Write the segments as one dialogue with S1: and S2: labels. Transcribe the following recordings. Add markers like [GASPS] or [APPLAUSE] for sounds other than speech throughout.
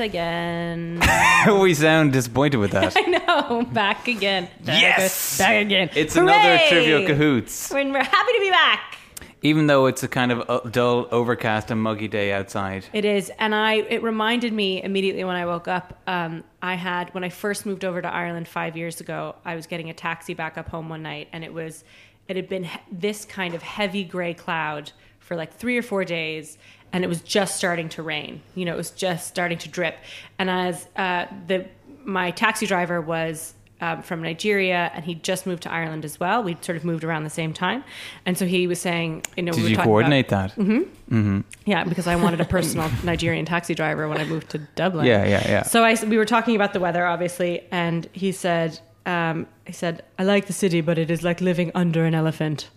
S1: again.
S2: [LAUGHS] we sound disappointed with that.
S1: I know. Back again. Back
S2: Yes!
S1: Back again.
S2: [LAUGHS] It's another
S1: Hooray!
S2: trivia cahoots.
S1: When we're happy to be back.
S2: Even though it's a kind of uh, dull, overcast, and muggy day outside.
S1: It is, and I it reminded me immediately when I woke up. Um, I had when I first moved over to Ireland five years ago. I was getting a taxi back up home one night, and it was it had been he- this kind of heavy gray cloud for like three or four days, and it was just starting to rain. You know, it was just starting to drip, and as uh, the my taxi driver was um, from Nigeria, and he just moved to Ireland as well. We sort of moved around the same time, and so he was saying, you know, we
S2: Did
S1: were
S2: you
S1: talking about- Mm-hmm.
S2: coordinate that?
S1: yeah, because I wanted a personal Nigerian taxi driver when I moved to Dublin.
S2: Yeah, yeah, yeah.
S1: So I, we were talking about the weather, obviously, and he said, um, he said, I like the city, but it is like living under an elephant.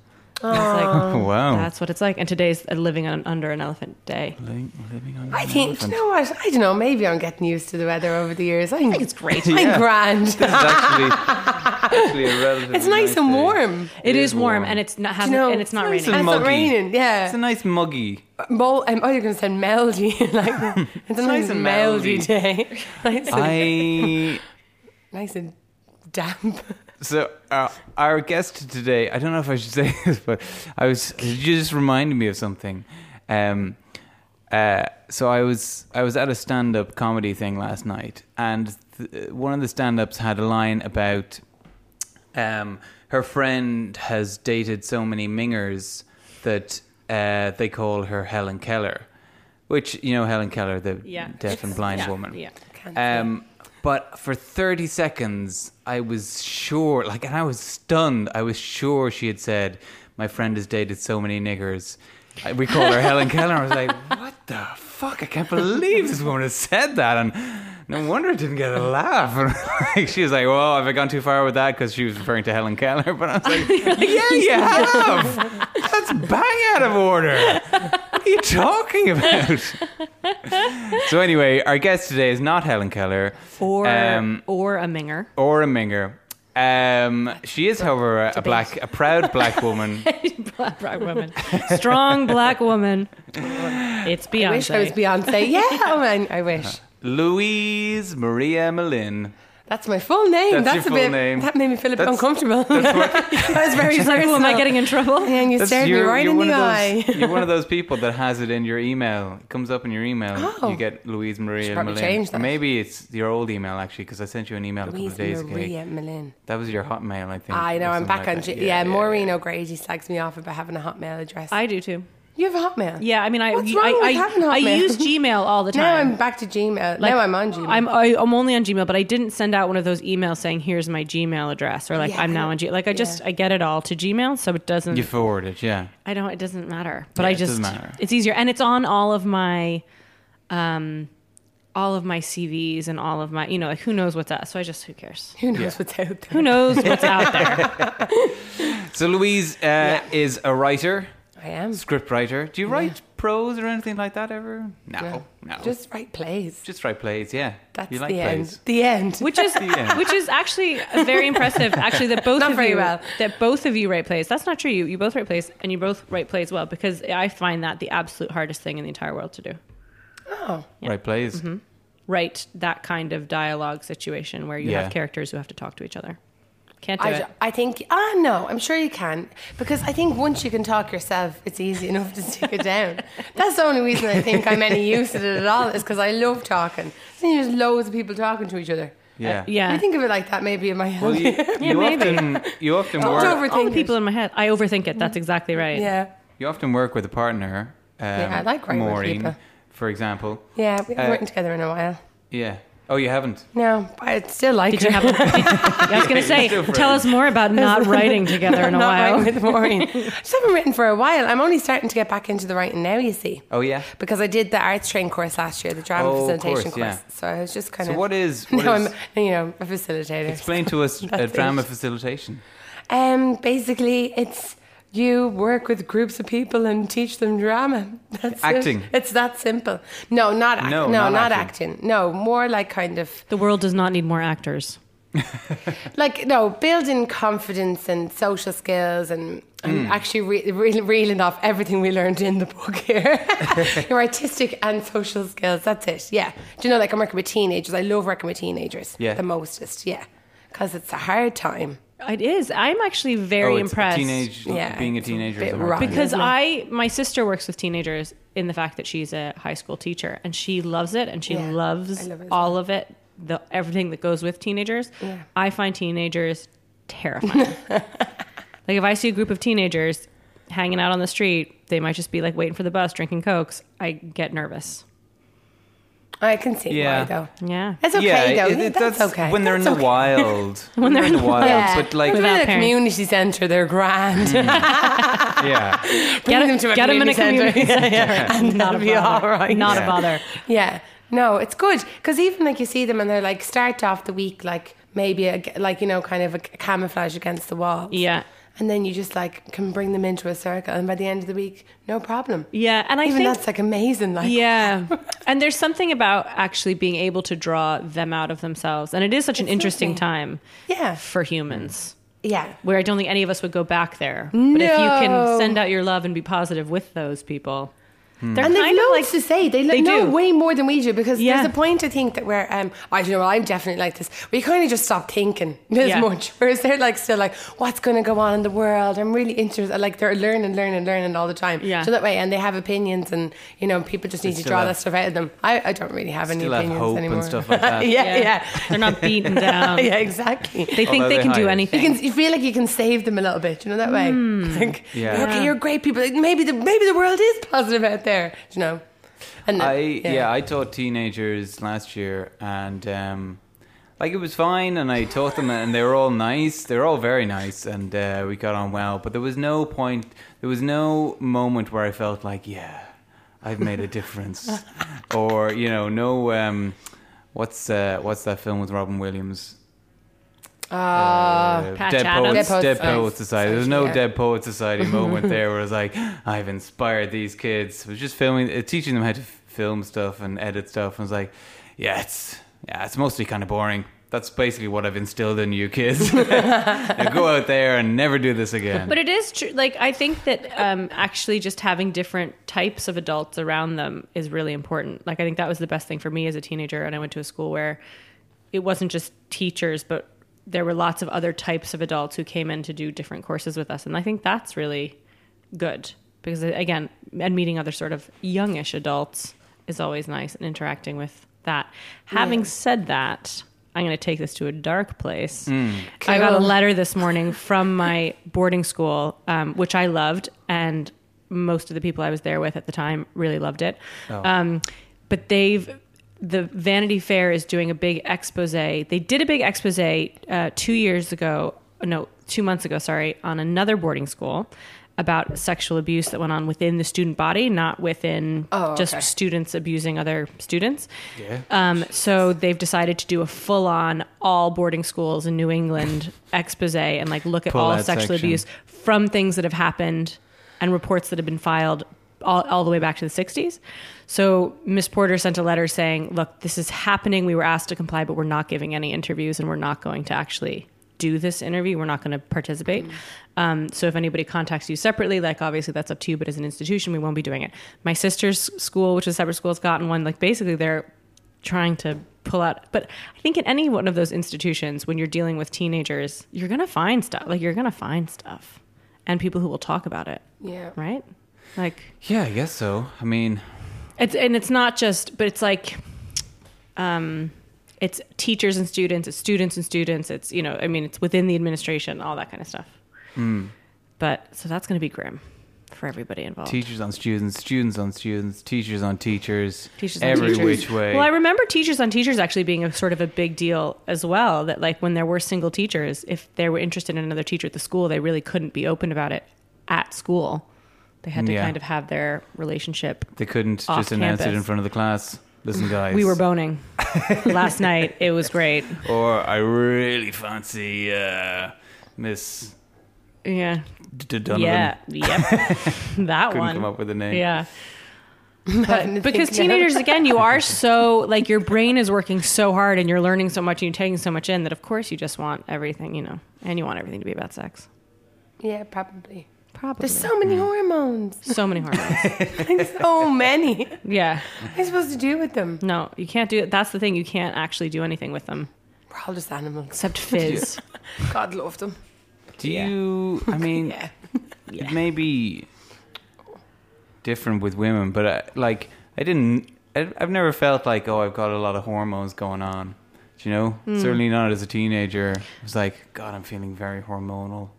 S1: And I was like,
S2: Oh, [LAUGHS] wow.
S1: That's what it's like. And today's a living on, under an elephant day. I
S2: Li- living on
S3: I
S2: an
S3: think, do
S2: elephant.
S3: you know what? I don't know. Maybe I'm getting used to the weather over the years. I think
S1: think it's great.
S3: I'm
S2: Yeah.
S3: grand.
S2: It's
S1: [LAUGHS]
S2: actually, actually a relatively
S3: It's nice and
S2: day.
S3: warm.
S1: it is warm, and it's not hasn't,
S3: you know,
S1: and it's not raining.
S3: it's nice And it's not
S2: muggy.
S3: raining, yeah.
S2: It's a nice muggy.
S3: Mol- um, oh, you're going to send meldy. [LAUGHS] like,
S2: [LAUGHS]
S3: it's, a nice,
S2: and
S3: and
S2: meldy.
S3: meldy, day. [LAUGHS] nice, and,
S2: I
S1: [LAUGHS]
S2: [LAUGHS]
S3: nice and damp.
S2: so uh, our guest today. I don't know if I should [LAUGHS] say this, but I was. You just reminded me of something. Um, uh, so I was I was at a stand up comedy thing last night, and th- one of the stand ups had a line about um, her friend has dated so many mingers that uh, they call her Helen Keller, which you know Helen Keller, the
S1: Yeah.
S2: deaf and blind
S1: yeah,
S2: woman.
S1: yeah.
S2: Um, but for 30 seconds, I was sure, like, and I was stunned. I was sure she had said, My friend has dated so many niggers. I- We call her Helen Keller. I was like, What the fuck? I can't believe this woman has said that. And no wonder it didn't get a laugh. [LAUGHS] And like, she was like, Well, have I gone too far with that? Because she was referring to Helen Keller. [LAUGHS] But I was like, Yeah, you have. That's bang out of order. What are you talking about? So anyway, our guest today is not Helen Keller
S1: or,
S2: um,
S1: or a minger. [LAUGHS]
S2: or a minger. Um, she is, however, a black, a
S3: [LAUGHS]
S2: proud black woman.
S1: black, black woman. Strong black woman. It's Beyonce.
S3: I wish I was
S2: [LAUGHS]
S3: Beyonce. Yeah, oh man, I wish.
S2: Louise Maria Malin.
S3: That's my full name.
S2: That's
S3: That's,
S2: your
S3: a
S2: full
S3: bit,
S2: name.
S3: That made me feel a bit
S2: That's-
S3: uncomfortable. [LAUGHS] that
S2: [LAUGHS]
S3: was very
S1: She's like, oh, am I
S3: personal.
S1: getting in trouble?
S3: Yeah, and you
S2: That's-
S3: stared me right in
S2: one
S3: the
S2: of those, [LAUGHS]
S3: eye.
S2: You're one of those people that has it in your email. It comes up in your email.
S3: Oh.
S2: You get Louise Maria
S3: Should probably
S2: Malin.
S3: change that.
S2: Maybe it's your old email actually, because I sent you an email a couple of days
S3: Louise Maria
S2: ago.
S3: Malin.
S2: That was your Hotmail, I think.
S3: I know,
S2: or
S3: I'm
S2: something
S3: back
S2: like
S3: on.
S2: that.
S3: G- yeah, Maureen O'Grady slags me off about having a Hotmail address.
S1: I do too.
S3: you have a Hotmail?
S1: Yeah, I mean, I
S3: What's
S1: I,
S3: wrong with
S1: I,
S3: having
S1: I
S3: Hotmail?
S1: use Gmail all the time.
S3: [LAUGHS] Now I'm back to Gmail.
S1: Like,
S3: now I'm on Gmail.
S1: I'm I, I'm only on Gmail, but I didn't send out one of those emails saying here's my Gmail address or like
S3: Yeah,
S1: I'm
S3: I
S1: now
S3: know.
S1: on Gmail. Like I just
S3: Yeah.
S1: I get it all to Gmail, so it doesn't.
S2: You forward it, yeah.
S1: I know it doesn't matter, but
S2: Yeah,
S1: I
S2: it doesn't
S1: just
S2: matter.
S1: it's easier and it's on all of my, um, all of my CVs and all of my you know like who knows what's out. So I just who cares.
S3: [LAUGHS] Who knows
S2: yeah.
S3: what's out there? [LAUGHS]
S1: Who knows what's out there?
S2: So Louise uh, is a writer,
S3: I am.
S2: script writer. Do you write prose or anything like that ever? No, no.
S3: Just right place.
S2: Just write plays, yeah.
S3: That's
S2: you like
S3: the
S2: plays.
S3: end. The end.
S1: Which
S2: [LAUGHS]
S1: is
S2: Yeah.
S1: which is actually very impressive. Actually, that both
S3: Not
S1: of
S3: very
S1: you
S3: well.
S1: that both of you write plays. That's not true. You you both write plays and you both write plays well because I find that the absolute hardest thing in the entire world to do.
S3: oh,
S2: Write plays.
S1: Write that kind of dialogue situation where you
S2: Yeah.
S1: have characters who have to talk to each other. Can't do
S3: I,
S1: it.
S3: ju- I think ah no, I'm sure you can because I think once you can talk yourself, it's easy enough to stick it [LAUGHS] down. That's the only reason I think I'm any use at it at all is because I love talking. I think there's loads of people talking to each other.
S2: Yeah.
S1: yeah.
S3: I think of it like that. Maybe it might help. [LAUGHS]
S2: Well, you, you
S1: maybe.
S2: often you often
S3: Don't
S2: work
S1: all the
S3: overthink it.
S1: people in my head. I overthink it. That's exactly right.
S3: Yeah,
S2: you often work with a partner. Um,
S3: Yeah, I like writing with
S2: Maureen,
S3: people.
S2: for example.
S3: yeah. We haven't
S2: Uh,
S3: worked together in a while.
S2: Yeah. Oh, you haven't.
S3: No, but I'd still like
S1: Did you have?
S2: [LAUGHS]
S1: I was going to say,
S2: Still friends.
S1: tell us more about
S3: [LAUGHS]
S1: not writing together in a
S3: not
S1: while.
S3: writing with
S1: [LAUGHS]
S3: Maureen. I just haven't written for a while. I'm only starting to get back into the writing now. You see.
S2: Oh, yeah.
S3: Because I did the arts train course last year, the drama
S2: Oh, of
S3: facilitation
S2: course, yeah.
S3: course. So I was just kind
S2: So
S3: of.
S2: what is- what
S3: [LAUGHS] No,
S2: is-
S3: I'm you know a facilitator.
S2: Explain to us a
S3: [LAUGHS] That's it.
S2: drama facilitation.
S3: Um, basically, it's you work with groups of people and teach them drama. That's it.
S2: Acting.
S3: It's that simple. No, not act-
S2: No,
S3: no,
S2: not
S3: not,
S2: acting.
S3: acting. No, more like kind of
S1: The world does not need more actors.
S3: like no building confidence and social skills and
S2: Mm.
S3: I'm actually re- re- reeling off everything we learned in the
S2: [LAUGHS]
S3: book here. [LAUGHS] Your artistic and social skills. That's it. Yeah. Do you know, like I'm working with teenagers. I love working with teenagers.
S2: Yeah.
S3: The mostest. Yeah. Because it's a hard time.
S1: It is. I'm actually very
S2: oh, it's
S1: impressed.
S2: Teenage,
S3: Yeah,
S2: being a
S3: it's a
S2: teenager
S3: bit
S2: is a hard
S3: rough.
S2: thing.
S1: because
S3: Yeah.
S1: I my sister works with teenagers in the fact that she's a high school teacher and she loves it and she
S3: Yeah, I
S1: loves
S3: love it as
S1: all of it the everything that goes with teenagers.
S3: Yeah.
S1: I find teenagers terrifying.
S3: [LAUGHS]
S1: like if I see a group of teenagers hanging out on the street, they might just be like waiting for the bus, drinking cokes. I get nervous.
S3: I can see
S2: Yeah.
S3: why, though.
S1: Yeah.
S3: That's okay, though.
S2: it- it-
S3: that's, okay.
S2: When they're
S3: That's
S2: in
S3: okay.
S2: the
S3: [LAUGHS]
S2: wild. when they're in the wild. But like, Mm.
S3: Put them
S1: Without
S3: in a
S1: parents.
S3: community centre, they're grand. [LAUGHS]
S2: yeah.
S3: Bring them to a
S1: get 'em in
S3: community
S1: a community
S3: centre. and
S1: Not
S3: that'll
S1: a
S3: be all
S1: bother.
S3: right.
S1: Not a
S2: Yeah.
S1: bother.
S3: Yeah. No, it's good because even like you see them and they're like start off the week like maybe a, like you know kind of a camouflage against the wall.
S1: Yeah.
S3: And then you just like can bring them into a circle, and by the end of the week, no problem.
S1: Yeah, and I
S3: even
S1: think
S3: that's like amazing. Like
S1: Yeah. and there's something about actually being able to draw them out of themselves. And it is such an interesting time
S3: yeah,
S1: for humans
S3: yeah.
S1: where I don't think any of us would go back there. But if you
S3: No.
S1: can send out your love and be positive with those people, they're
S3: And they've
S1: kind of
S3: loads
S1: like.
S3: to say. They, lo-
S1: they
S3: know
S1: do.
S3: way more than we do because
S1: Yeah.
S3: there's a point I think that where um, I don't know. I'm definitely like this. We kind of just stop thinking [LAUGHS] as
S1: Yeah.
S3: much. Whereas they're like still like, what's going to go on in the world? I'm really interested. Like they're learning, learning, learning all the time.
S1: Yeah.
S3: So that way, and they have opinions, and you know, people just need to
S2: still
S3: draw
S2: have-
S3: that stuff out of them. I, I don't really have any
S2: Still have
S3: opinions
S2: hope
S3: anymore.
S2: and
S3: [LAUGHS]
S2: stuff like that.
S3: yeah, yeah,
S1: They're not beaten
S3: [LAUGHS]
S1: down.
S3: yeah, exactly.
S1: They think
S2: Although
S1: they
S2: they
S1: can do
S2: hide.
S1: anything.
S3: You can you feel like you can save them a little bit, you know that way. Like,
S2: Yeah.
S3: okay, you're great people. Like, maybe the maybe the world is positive out there, you know. And
S2: I yeah. I taught teenagers last year, and um, like it was fine. And I taught them, and they were all nice. They were all very nice, and uh, we got on well. But there was no point. There was no moment where I felt like, yeah, I've made a difference, or you know, no. Um, what's uh, what's that film with Robin Williams? Uh,
S1: Patch
S2: Dead,
S1: Adams. Oh.
S2: Poets,
S3: Dead Poets
S2: Dead
S3: Society.
S2: Poets Society. There was no
S3: Yeah.
S2: Dead Poets
S1: [LAUGHS]
S2: Society moment there where it was like, I've inspired these kids. It was just filming, uh, teaching them how to f- film stuff and edit stuff. And was like, yeah, it's, yeah, it's mostly kind of boring. That's basically what I've instilled in you kids. [LAUGHS] now go out there and never do this again.
S1: But it is true. Like I think that um, actually just having different types of adults around them is really important. Like I think that was the best thing for me as a teenager, and I went to a school where it wasn't just teachers, but there were lots of other types of adults who came in to do different courses with us, and I think that's really good because uh, again, and meeting other sort of youngish adults is always nice, and interacting with that. Having said that. I'm going to take this to a dark place. I got a
S3: Cool.
S1: letter this morning from my boarding school, um, which I loved, and most of the people I was there with at the time really loved it. Um, but they've the Vanity Fair is doing a big expose. They did a big expose uh, two years ago, no, two months ago, sorry, on another boarding school about sexual abuse that went on within the student body, not within
S3: Oh,
S1: just
S3: okay.
S1: students abusing other students.
S2: Yeah.
S1: Um, so they've decided to do a full on all boarding schools in
S2: [LAUGHS]
S1: New England expose and like look at
S2: Pull
S1: all
S2: that
S1: sexual
S2: section.
S1: abuse from things that have happened and reports that have been filed all, all the way back to the 60s. So Miss Porter sent a letter saying, look, this is happening. We were asked to comply, but we're not giving any interviews and we're not going to actually do this interview. We're not going to participate.
S2: Mm.
S1: Um, so if anybody contacts you separately, like obviously that's up to you, but as an institution, we won't be doing it. My sister's school, which is a separate school, has gotten one. Like basically they're trying to pull out but i think in any one of those institutions when you're dealing with teenagers you're gonna find stuff like you're gonna find stuff and people who will talk about it
S3: yeah. [LAUGHS]
S1: right like
S2: yeah, I guess so. I mean,
S1: it's and it's not just but it's like um it's teachers and students it's students and students it's you know i mean it's within the administration all that kind of stuff but so that's gonna be grim for everybody involved
S2: teachers on students, students on students, teachers on teachers,
S1: Teachers on
S2: every
S1: teachers.
S2: which way.
S1: Well, I remember teachers on teachers actually being a sort of a big deal as well. That like when there were single teachers, if they were interested in another teacher at the school, they really couldn't be open about it at school. They had to
S2: Yeah.
S1: kind of have their relationship.
S2: they couldn't just
S1: Off
S2: announce it
S1: campus.
S2: in front of the class. Listen, guys.
S1: We were boning last night. It was great.
S2: Or I really fancy uh, Miss
S1: Yeah.
S2: D- Donovan.
S1: Yeah. Yep.
S2: [LAUGHS]
S1: that
S2: Couldn't
S1: one.
S2: come up with a name.
S1: Yeah.
S3: Having to
S1: But because
S3: think now. [LAUGHS]
S1: teenagers, again, you are so like your brain is working so hard and you're learning so much and you're taking so much in that, of course, you just want everything, you know, and you want everything to be about sex.
S3: Yeah, probably.
S1: Probably.
S3: There's so many hormones.
S1: so many hormones.
S3: [LAUGHS] So many.
S1: [LAUGHS] yeah.
S3: What are you supposed to do with them?
S1: No, you can't do it. That's the thing. You can't actually do anything with them
S3: We're all just
S1: [LAUGHS]
S3: animals.
S1: except fizz.
S3: God love them.
S2: Do
S1: Yeah.
S2: you? I
S1: [LAUGHS]
S2: mean, it may be different with women, but I, like I didn't. I, I've never felt like oh, I've got a lot of hormones going on. Do you know?
S1: Hmm.
S2: Certainly not as a teenager. It was like God, I'm feeling very hormonal.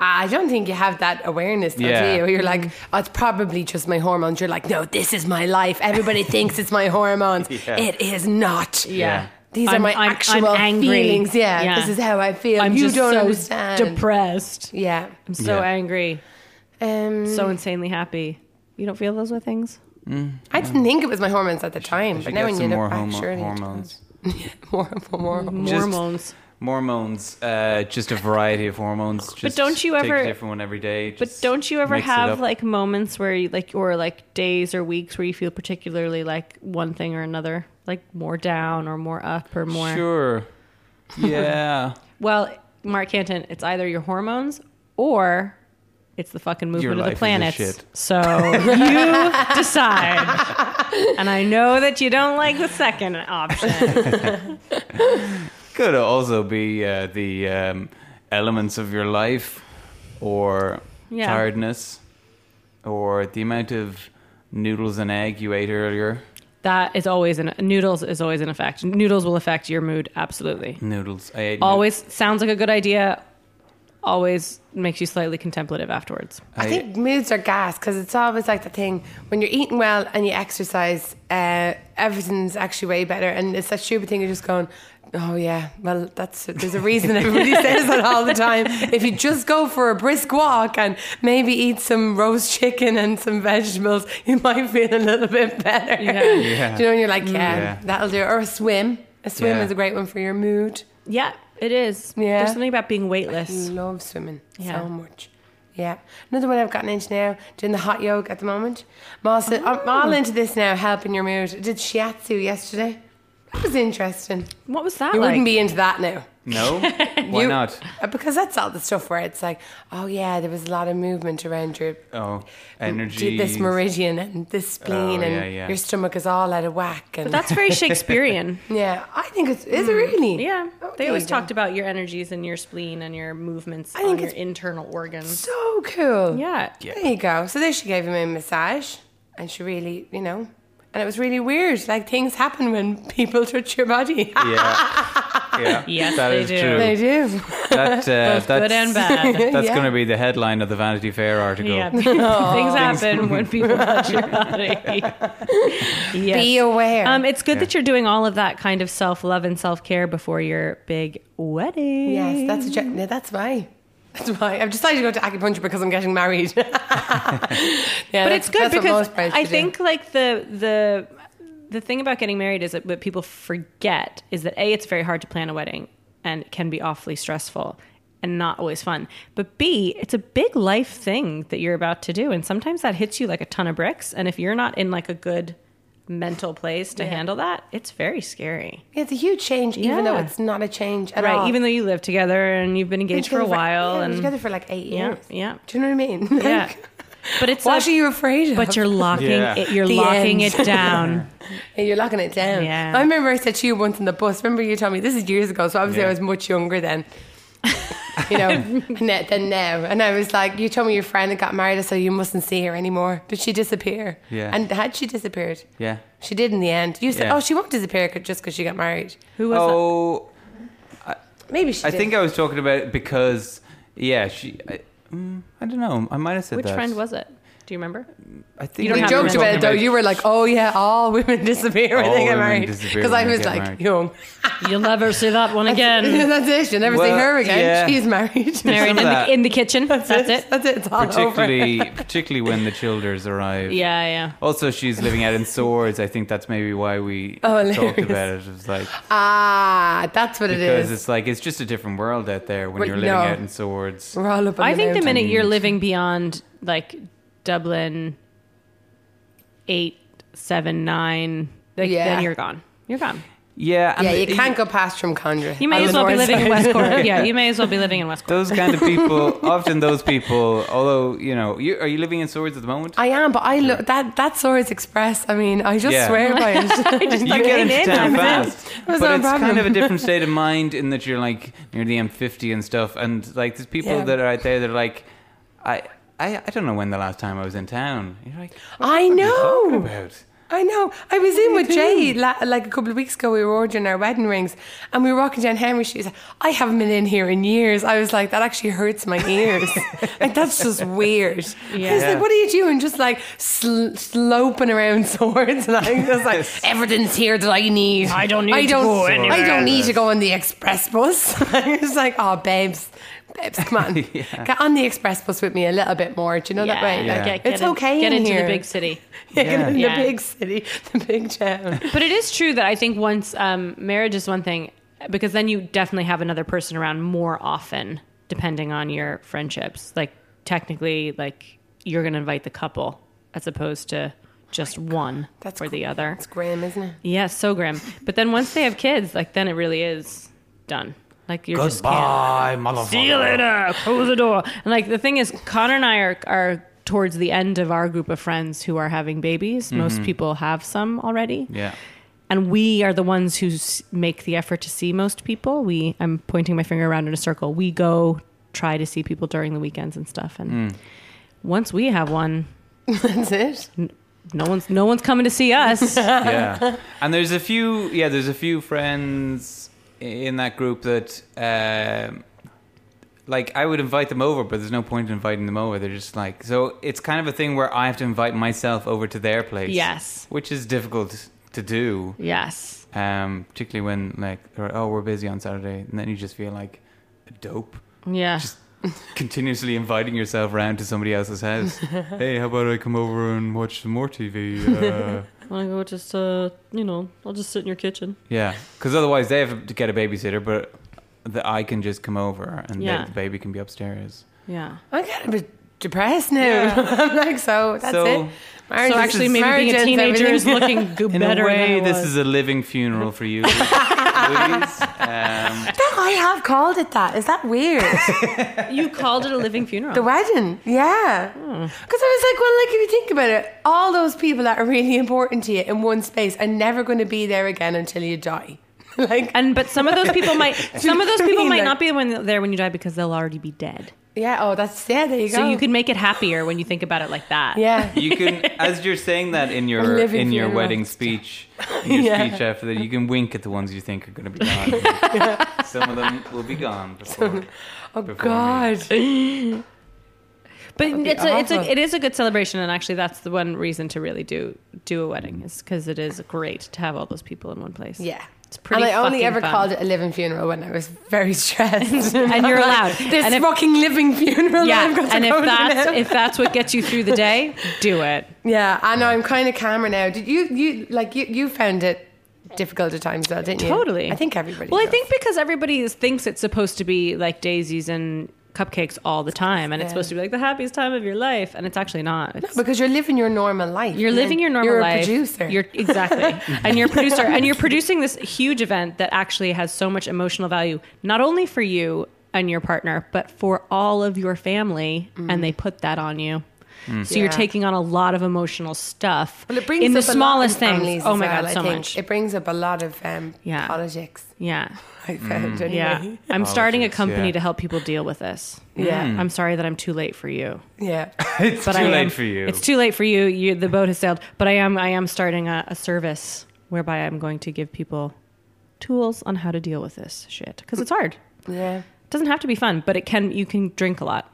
S3: I don't think you have that awareness, though,
S2: Yeah.
S3: do you? You're like, oh, it's probably just my hormones. You're like, no, this is my life. Everybody thinks it's my hormones.
S2: Yeah.
S3: It is not.
S2: Yeah.
S3: These are
S1: I'm-
S3: my
S1: I'm- I'm
S3: actual
S1: angry.
S3: feelings. Yeah,
S1: Yeah.
S3: this is how I feel.
S1: I'm
S3: you
S1: just
S3: don't
S1: so
S3: understand.
S1: depressed.
S3: yeah.
S1: I'm so
S2: Yeah.
S1: angry.
S3: Um,
S1: So insanely happy. You don't feel those with things?
S3: I didn't think it was my hormones at the
S2: I
S3: time,
S2: should
S3: but now
S2: get
S3: when you
S2: some more
S3: look
S2: homo-
S3: back, surely it [LAUGHS]
S2: hormones.
S3: does. more, more, more hormones.
S2: Just-
S1: hormones.
S2: Hormones, uh, just a variety of hormones. Just
S1: don't you
S2: take
S1: ever-
S2: a different one every day?
S1: But
S2: just
S1: don't you ever
S2: mix it up.
S1: have like moments where you like, or like days or weeks where you feel particularly like one thing or another, like more down or more up or more?
S2: Sure.
S1: [LAUGHS]
S2: Yeah.
S1: Well, Mark Canton, it's either your hormones or it's the fucking
S2: Your
S1: movement
S2: life
S1: of the
S2: is a
S1: planets.
S2: shit.
S1: So
S2: [LAUGHS]
S1: you decide. And I know that you don't like the second
S2: [LAUGHS]
S1: option.
S2: Could also be uh, the um, elements of your life, or
S1: Yeah.
S2: tiredness, or the amount of noodles and egg you ate earlier.
S1: That is always an noodles is always an effect. Noodles will affect your mood absolutely.
S2: Noodles. I ate
S1: Always sounds like a good idea. Always makes you slightly contemplative afterwards.
S2: I,
S3: I think moods are gas because it's always like the thing when you're eating well and you exercise, uh, everything's actually way better. And it's that stupid thing of just going, oh yeah, well that's there's a reason everybody [LAUGHS] says that all the time. If you just go for a brisk walk and maybe eat some roast chicken and some vegetables, you might feel a little bit better.
S1: Yeah.
S2: Yeah.
S3: Do you know? And you're like, yeah,
S2: Mm. Yeah.
S3: that'll do. Or a swim. A swim
S2: Yeah.
S3: is a great one for your mood.
S1: Yeah, it is.
S3: Yeah.
S1: There's something about being weightless.
S3: Love swimming
S1: Yeah.
S3: so much. Yeah. Another one I've gotten into now, doing the hot yoga at the moment. I'm, also, I'm all
S1: Oh.
S3: into this now, helping your mood. I did shiatsu yesterday. That was interesting.
S1: What was that
S3: You
S1: like?
S3: wouldn't be into that now.
S1: [LAUGHS]
S2: no. Why
S3: You-
S2: not?
S3: Uh, Because that's all the stuff where it's like, oh yeah, there was a lot of movement around your
S2: Oh, energy.
S3: this meridian and this spleen
S2: Oh,
S3: and
S2: yeah, yeah.
S3: your stomach is all out of whack. And
S1: That's
S2: [LAUGHS]
S1: very Shakespearean.
S3: yeah, I think it's is it really?
S1: Mm. Yeah,
S3: Okay,
S1: they always
S3: then.
S1: talked about your energies and your spleen and your movements
S3: I think
S1: on your
S3: it's-
S1: internal organs.
S3: so cool.
S1: Yeah.
S3: There you go. So there she gave him a massage and she really, you know, and it was really weird. Like things happen when people touch your body. [LAUGHS]
S2: Yeah. yeah.
S1: [LAUGHS] Yes,
S2: that
S1: they
S2: is
S1: do.
S2: true.
S3: they do.
S2: That, uh, that's
S1: Good and
S2: [LAUGHS]
S1: bad.
S2: That's
S3: Yeah.
S2: going to be the headline of the Vanity Fair article.
S1: [LAUGHS]
S3: [LAUGHS] Oh,
S1: Yeah, things happen when people touch your body. yes.
S3: Be aware.
S1: Um, it's good that you're doing all of that kind of self love and self care before your big wedding.
S3: yes, that's a joke. No, that's why. That's why I've decided to go to acupuncture because I'm getting married. [LAUGHS] yeah,
S1: but
S3: that's-
S1: it's good
S3: that's what
S1: because
S3: most brides
S1: I
S3: should do.
S1: think like the the the thing about getting married is that what people forget is that a it's very hard to plan a wedding and it can be awfully stressful and not always fun. But b it's a big life thing that you're about to do and sometimes that hits you like a ton of bricks and if you're not in like a good mental place to handle that, it's very scary.
S3: Yeah, it's a huge change, even though
S1: Yeah.
S3: it's not a change at
S1: right,
S3: all.
S1: even though you live together and you've been
S3: We've been
S1: engaged for a
S3: together
S1: while
S3: yeah, we've been
S1: and
S3: together for like eight
S1: yeah,
S3: years.
S1: yeah.
S3: Do you know what I mean?
S1: Yeah.
S3: [LAUGHS] Like,
S1: But it's
S3: what
S1: like,
S3: are you afraid of?
S1: but you're locking
S2: Yeah.
S1: it you're
S3: The
S1: locking
S3: end.
S1: it
S3: [LAUGHS]
S1: down.
S3: Yeah, you're locking it down.
S1: Yeah.
S3: I remember I said to you once on the bus. Remember you told me this is years ago, so obviously I
S2: Yeah.
S3: was much
S1: [LAUGHS]
S3: younger then. you know, ne- than now. And I was like, you told me your friend had got married, so you mustn't see her anymore. Did she disappear?
S2: Yeah.
S3: And had she disappeared?
S2: Yeah.
S3: She did in the end. You said,
S2: Yeah.
S3: oh, she won't disappear c- just because she got married.
S1: Who was that?
S2: Oh,
S3: Maybe she.
S2: I
S3: did.
S2: think I was talking about it because, yeah, she. I, mm, I don't know. I might have said
S1: Which
S2: that.
S1: friend was it? Do you remember?
S2: I think
S1: You don't
S3: we
S1: have to
S3: joked
S1: remember.
S3: about it
S2: [LAUGHS]
S3: though. You were like, "Oh yeah, all women [LAUGHS] disappear when
S2: All
S3: they get
S2: women
S3: married."
S2: disappear
S3: Because
S2: when
S3: I
S2: they
S3: was
S2: get
S3: like,
S2: married.
S3: "Young,
S1: You'll never see that one [LAUGHS] again.
S3: [LAUGHS] that's it. You'll never see
S2: Well,
S3: her again.
S2: yeah.
S3: She's married.
S1: Married in
S2: that.
S1: the, in the kitchen. That's, it.
S3: [LAUGHS] That's it. It's all over."
S2: particularly particularly when the Childers arrive.
S1: Yeah, yeah.
S2: Also, she's living out in Swords. I think that's maybe why we
S3: Oh,
S2: talked
S3: hilarious.
S2: about it. It was like
S3: Ah, that's what it
S2: because
S3: is.
S2: it's like it's just a different world out there when
S3: Well,
S2: you're living
S3: no.
S2: out in Swords.
S3: We're all up on
S1: I think the
S3: mountain.
S1: minute you're living beyond like Dublin eight, seven, nine, like,
S3: Yeah.
S1: then you're gone. You're gone.
S2: Yeah, and
S3: yeah, you
S2: the-
S3: can't go past from Condra.
S1: You may
S3: on
S1: as
S3: the
S1: well be
S3: north
S1: living in
S3: side.
S1: West Cork. Yeah, you may as well be living in West [LAUGHS] Cork.
S2: Those kind of people, often those people, [LAUGHS] although, you know, you, are you living in Swords at the moment?
S3: [LAUGHS] I am, but I look that that Swords Express. I mean, I just
S2: Yeah.
S3: swear by [LAUGHS]
S2: [LAUGHS]
S3: it.
S2: you get
S1: came
S2: into
S1: in
S2: town
S1: [LAUGHS] and
S2: fast.
S3: was
S2: but
S3: no
S2: it's kind
S3: problem.
S2: of
S3: [LAUGHS]
S2: a different state of mind in that you're like near the M50 and stuff. And like there's people
S3: Yeah.
S2: that are out there that are like, I, I, I don't know when the last time I was in town. You're like, what the
S3: I
S2: fuck are you talking
S3: know. [LAUGHS]
S2: about?
S3: I know. I was in with Jay la- like a couple of weeks ago. We were ordering our wedding rings, and we were walking down Henry Street. He's like, I haven't been in here in years. I was like, that actually hurts my [LAUGHS] ears. like that's just weird. I was
S1: Yeah.
S3: like, what are you doing? Just like sl- sloping around [LAUGHS] swords, and I was like,
S2: [LAUGHS]
S3: everything's here that I need. I don't need. I don't.
S2: go anywhere.
S3: I don't need to go on the express bus. [LAUGHS] I was like, oh, babes. Babes,
S2: [LAUGHS]
S3: come on. Get on the express bus with me a little bit more. Do you know that right?
S2: Yeah.
S3: Like,
S2: Get-
S3: it's okay
S1: Get
S3: in
S1: into
S3: here.
S1: the big
S3: [LAUGHS]
S1: city.
S3: Yeah.
S1: Yeah.
S3: The big city, [LAUGHS] the big town.
S1: But it is true that I think once um, marriage is one thing, because then you definitely have another person around more often, depending on your friendships. Like technically, like you're going to invite the couple as opposed to just one
S3: Oh That's
S1: or
S3: cool.
S1: the other.
S3: It's grim, isn't it? [LAUGHS]
S1: Yeah, so grim. But then once they have kids, like then it really is done. Like you're just can't.
S2: Goodbye,
S3: [LAUGHS]
S2: motherfucker.
S1: See you later. Close the door. And like the thing is, Connor and I are, are towards the end of our group of friends who are having babies. Most people have some already.
S2: Yeah.
S1: And we are the ones who s- make the effort to see most people. We, I'm pointing my finger around in a circle. We go try to see people during the weekends and stuff. And once we have one,
S3: That's it.
S1: no one's no one's coming to see us. [LAUGHS]
S2: yeah. And there's a few, yeah, there's a few friends in that group that, um, like, I would invite them over, but there's no point in inviting them over. They're just like, so it's kind of a thing where I have to invite myself over to their place.
S1: Yes.
S2: Which is difficult to do,
S1: yes.
S2: um, particularly when, like, or, oh, we're busy on Saturday. And then you just feel like a dope.
S1: Yeah.
S2: Just continuously inviting yourself around to somebody else's house. hey, how about I come over and watch some more TV? Uh,
S1: Want to go just uh you know I'll just sit in your kitchen.
S2: Yeah, because otherwise they have to get a babysitter, but the, I can just come over and
S1: Yeah.
S2: the, the baby can be upstairs.
S1: Yeah.
S3: I'm getting a bit depressed now. [LAUGHS] I'm like, so that's
S2: So-
S3: it. Marriage
S1: so
S3: is-
S1: actually, maybe
S3: marriage
S1: being a
S3: ends
S1: teenager
S3: everything.
S1: is looking good,
S2: In
S1: better
S2: a way,
S1: than it
S2: this
S1: was.
S2: is a living funeral for
S1: [LAUGHS]
S2: you. Louise. um,
S3: [LAUGHS] That- I have called it that. Is that weird?
S1: you called it a living funeral.
S3: the wedding. Yeah. Because I was like, well, like, if you think about it, all those people that are really important to you in one space are never going to be there again until you die. [LAUGHS] like,
S1: [LAUGHS] and but some of those people might some of those
S3: I
S1: people
S3: mean,
S1: might
S3: like-
S1: not be when, there when you die because they'll already be dead.
S3: yeah, oh, that's, yeah, there you go.
S1: So you can make it happier when you think about it like that. [LAUGHS]
S3: [LAUGHS] yeah.
S2: you can, as you're saying that in your in
S3: living
S2: your
S3: funeral.
S2: wedding speech, in your
S3: Yeah.
S2: speech after that, you can wink at the ones you think are going to be
S1: [LAUGHS]
S2: gone. Some of them will be gone. Before.
S3: Oh,
S2: Before me.
S3: God.
S1: [LAUGHS] But it's a, it's
S3: awful.
S1: a, it is a good celebration, and actually, that's the one reason to really do do a wedding is because it is great to have all those people in one place.
S3: [LAUGHS] Yeah.
S1: it's pretty.
S3: and I only
S1: fucking
S3: ever
S1: fun.
S3: called it a living funeral when I was very
S1: [LAUGHS]
S3: stressed.
S1: And
S3: [LAUGHS]
S1: you're allowed.
S3: this
S1: And if-
S3: fucking living funeral.
S1: Yeah,
S3: I've got to
S1: and
S3: go
S1: if
S3: to
S1: that's
S3: now.
S1: if that's what gets you through the day, do it.
S3: yeah, I know. I'm kind of calmer now. Did you you like you you found it difficult at times though, didn't you?
S1: Totally.
S3: I think everybody.
S1: Well, I
S3: does.
S1: think because everybody is, thinks it's supposed to be like daisies and cupcakes all the time, and
S3: Yeah.
S1: it's supposed to be like the happiest time of your life, and it's actually not. It's-
S3: because you're living your normal life.
S1: You're living your normal
S3: you're
S1: life.
S3: A producer.
S1: You're
S3: [LAUGHS]
S1: exactly, and you're a producer, and you're producing this huge event that actually has so much emotional value, not only for you and your partner, but for all of your family, and they put that on you. So
S3: Mm. Yeah.
S1: you're taking on a lot of emotional stuff
S3: well, it brings
S1: in the
S3: up a lot
S1: smallest
S3: in
S1: things.
S3: families
S1: Oh
S3: as
S1: my
S3: well,
S1: god,
S3: I
S1: so
S3: think.
S1: much.
S3: It brings up a lot of um,
S1: Yeah. Mm-hmm.
S3: politics.
S1: yeah,
S3: I found anyway.
S1: yeah. I'm starting a
S2: Politics,
S1: company
S2: yeah. Mm.
S1: to help people deal with this.
S3: Yeah.
S1: I'm sorry that I'm too late for you.
S3: yeah.
S2: It's
S1: But
S2: too
S1: I am-
S2: late for you.
S1: It's too late for you. you. The boat has sailed. But I am. I am starting a, a service whereby I'm going to give people tools on how to deal with this shit because it's hard.
S3: Yeah.
S1: It doesn't have to be fun, but it can. You can drink a lot.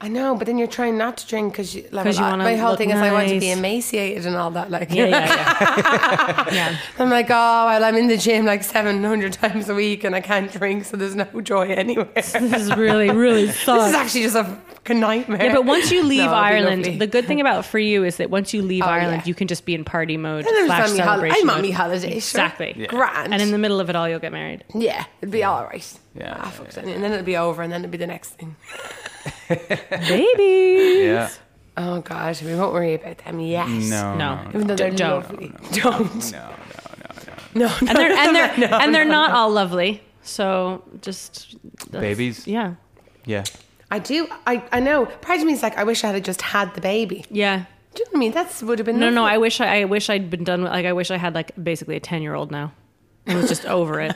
S3: I know, but then you're trying not to drink because you, like,
S1: 'Cause you
S3: I-
S1: wanna
S3: my whole
S1: look
S3: thing is I want to be
S1: nice.
S3: emaciated and all that. Like,
S1: Yeah, yeah, [LAUGHS] yeah. yeah.
S3: [LAUGHS] I'm like, oh, well, I'm in the gym like 700 times a week and I can't drink, so there's no joy anywhere. [LAUGHS] this
S1: This is really, really
S3: is
S1: sucks.
S3: actually just a fucking nightmare.
S1: yeah, but once you leave
S3: [LAUGHS] No, it'd be
S1: Ireland,
S3: lovely.
S1: the good thing about for you is that once you leave
S3: Oh,
S1: Ireland,
S3: yeah.
S1: you can just be in party mode
S3: I'm just
S1: slash
S3: on me hol-
S1: celebration.
S3: I'm on
S1: mode.
S3: me holiday, sure.
S1: Exactly.
S3: Grand.
S1: And in the middle of it all, you'll get married.
S3: yeah, it'd be all right.
S2: Yeah.
S3: Ah, fuck that. And then it'll be over and then it'll be the next thing.
S1: Baby.
S2: yeah.
S3: Oh, God, we won't worry about them yet.
S2: No.
S1: No.
S2: No.
S3: Even though they're
S1: Don't.
S3: lovely. Don't.
S2: No. No. No.
S3: [LAUGHS] No,
S1: and they're and [LAUGHS] they're
S3: no,
S1: and they're
S3: no,
S1: not
S3: no.
S1: all lovely. So just that's-
S2: Babies?
S1: Yeah,
S2: Yeah.
S3: I do. I, I know. Part of me is like, I wish I had just had the baby.
S1: yeah.
S3: Do you know what I mean? That's would have been
S1: No, no.
S3: lovely.
S1: I wish I, I wish I'd been done with. Like I wish I had like basically a ten year old now. I was just over [LAUGHS] it.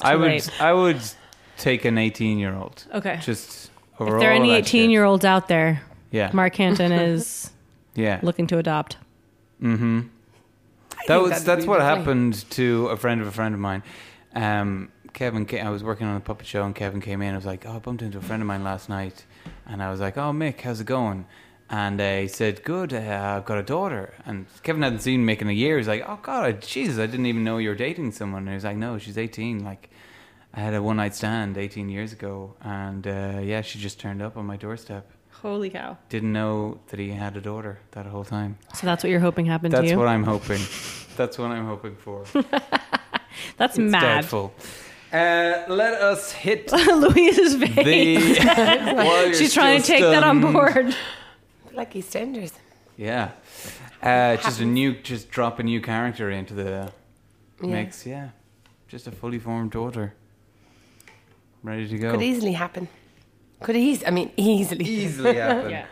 S2: I would
S1: late.
S2: I would take an 18 year old.
S1: Okay.
S2: Just
S1: If there are any eighteen year olds out there,
S2: Yeah. [LAUGHS]
S1: Mark Hanton is
S2: yeah.
S1: looking to adopt.
S2: that
S3: think
S2: was
S3: that'd
S2: that's
S3: be
S2: what
S3: lovely.
S2: happened to a friend of a friend of mine. Um, Kevin, ca- I was working on a puppet show, and Kevin came in. I was like, "Oh, I bumped into a friend of mine last night," and I was like, "Oh, Mick, how's it going?" And uh, he said, "Good. Uh, I've got a daughter." And Kevin hadn't seen Mick in a year. He's like, "Oh God, I- Jesus, I didn't even know you were dating someone." And he was like, "No, she's 18. Like, I had a one night stand 18 years ago, and uh, yeah, she just turned up on my doorstep.
S1: Holy cow!
S2: Didn't know that he had a daughter that whole time."
S1: So that's what you're hoping happened
S2: That's
S1: to you.
S2: what I'm hoping. That's what I'm hoping for.
S1: that's
S2: It's
S1: mad. [LAUGHS]
S2: doubtful. Uh, let us hit
S1: Louise's [LAUGHS] face.
S2: the. while you're
S1: She's trying to
S2: still
S1: take that on
S2: stunned.
S1: board.
S3: Like EastEnders.
S2: Yeah, uh, just a new, just drop a new character into the
S3: Yeah.
S2: mix. Yeah, just a fully formed daughter, ready to go.
S3: Could easily happen. Could easily. I mean,
S1: [LAUGHS]
S3: easily. [LAUGHS]
S2: Easily happen.
S1: Yeah.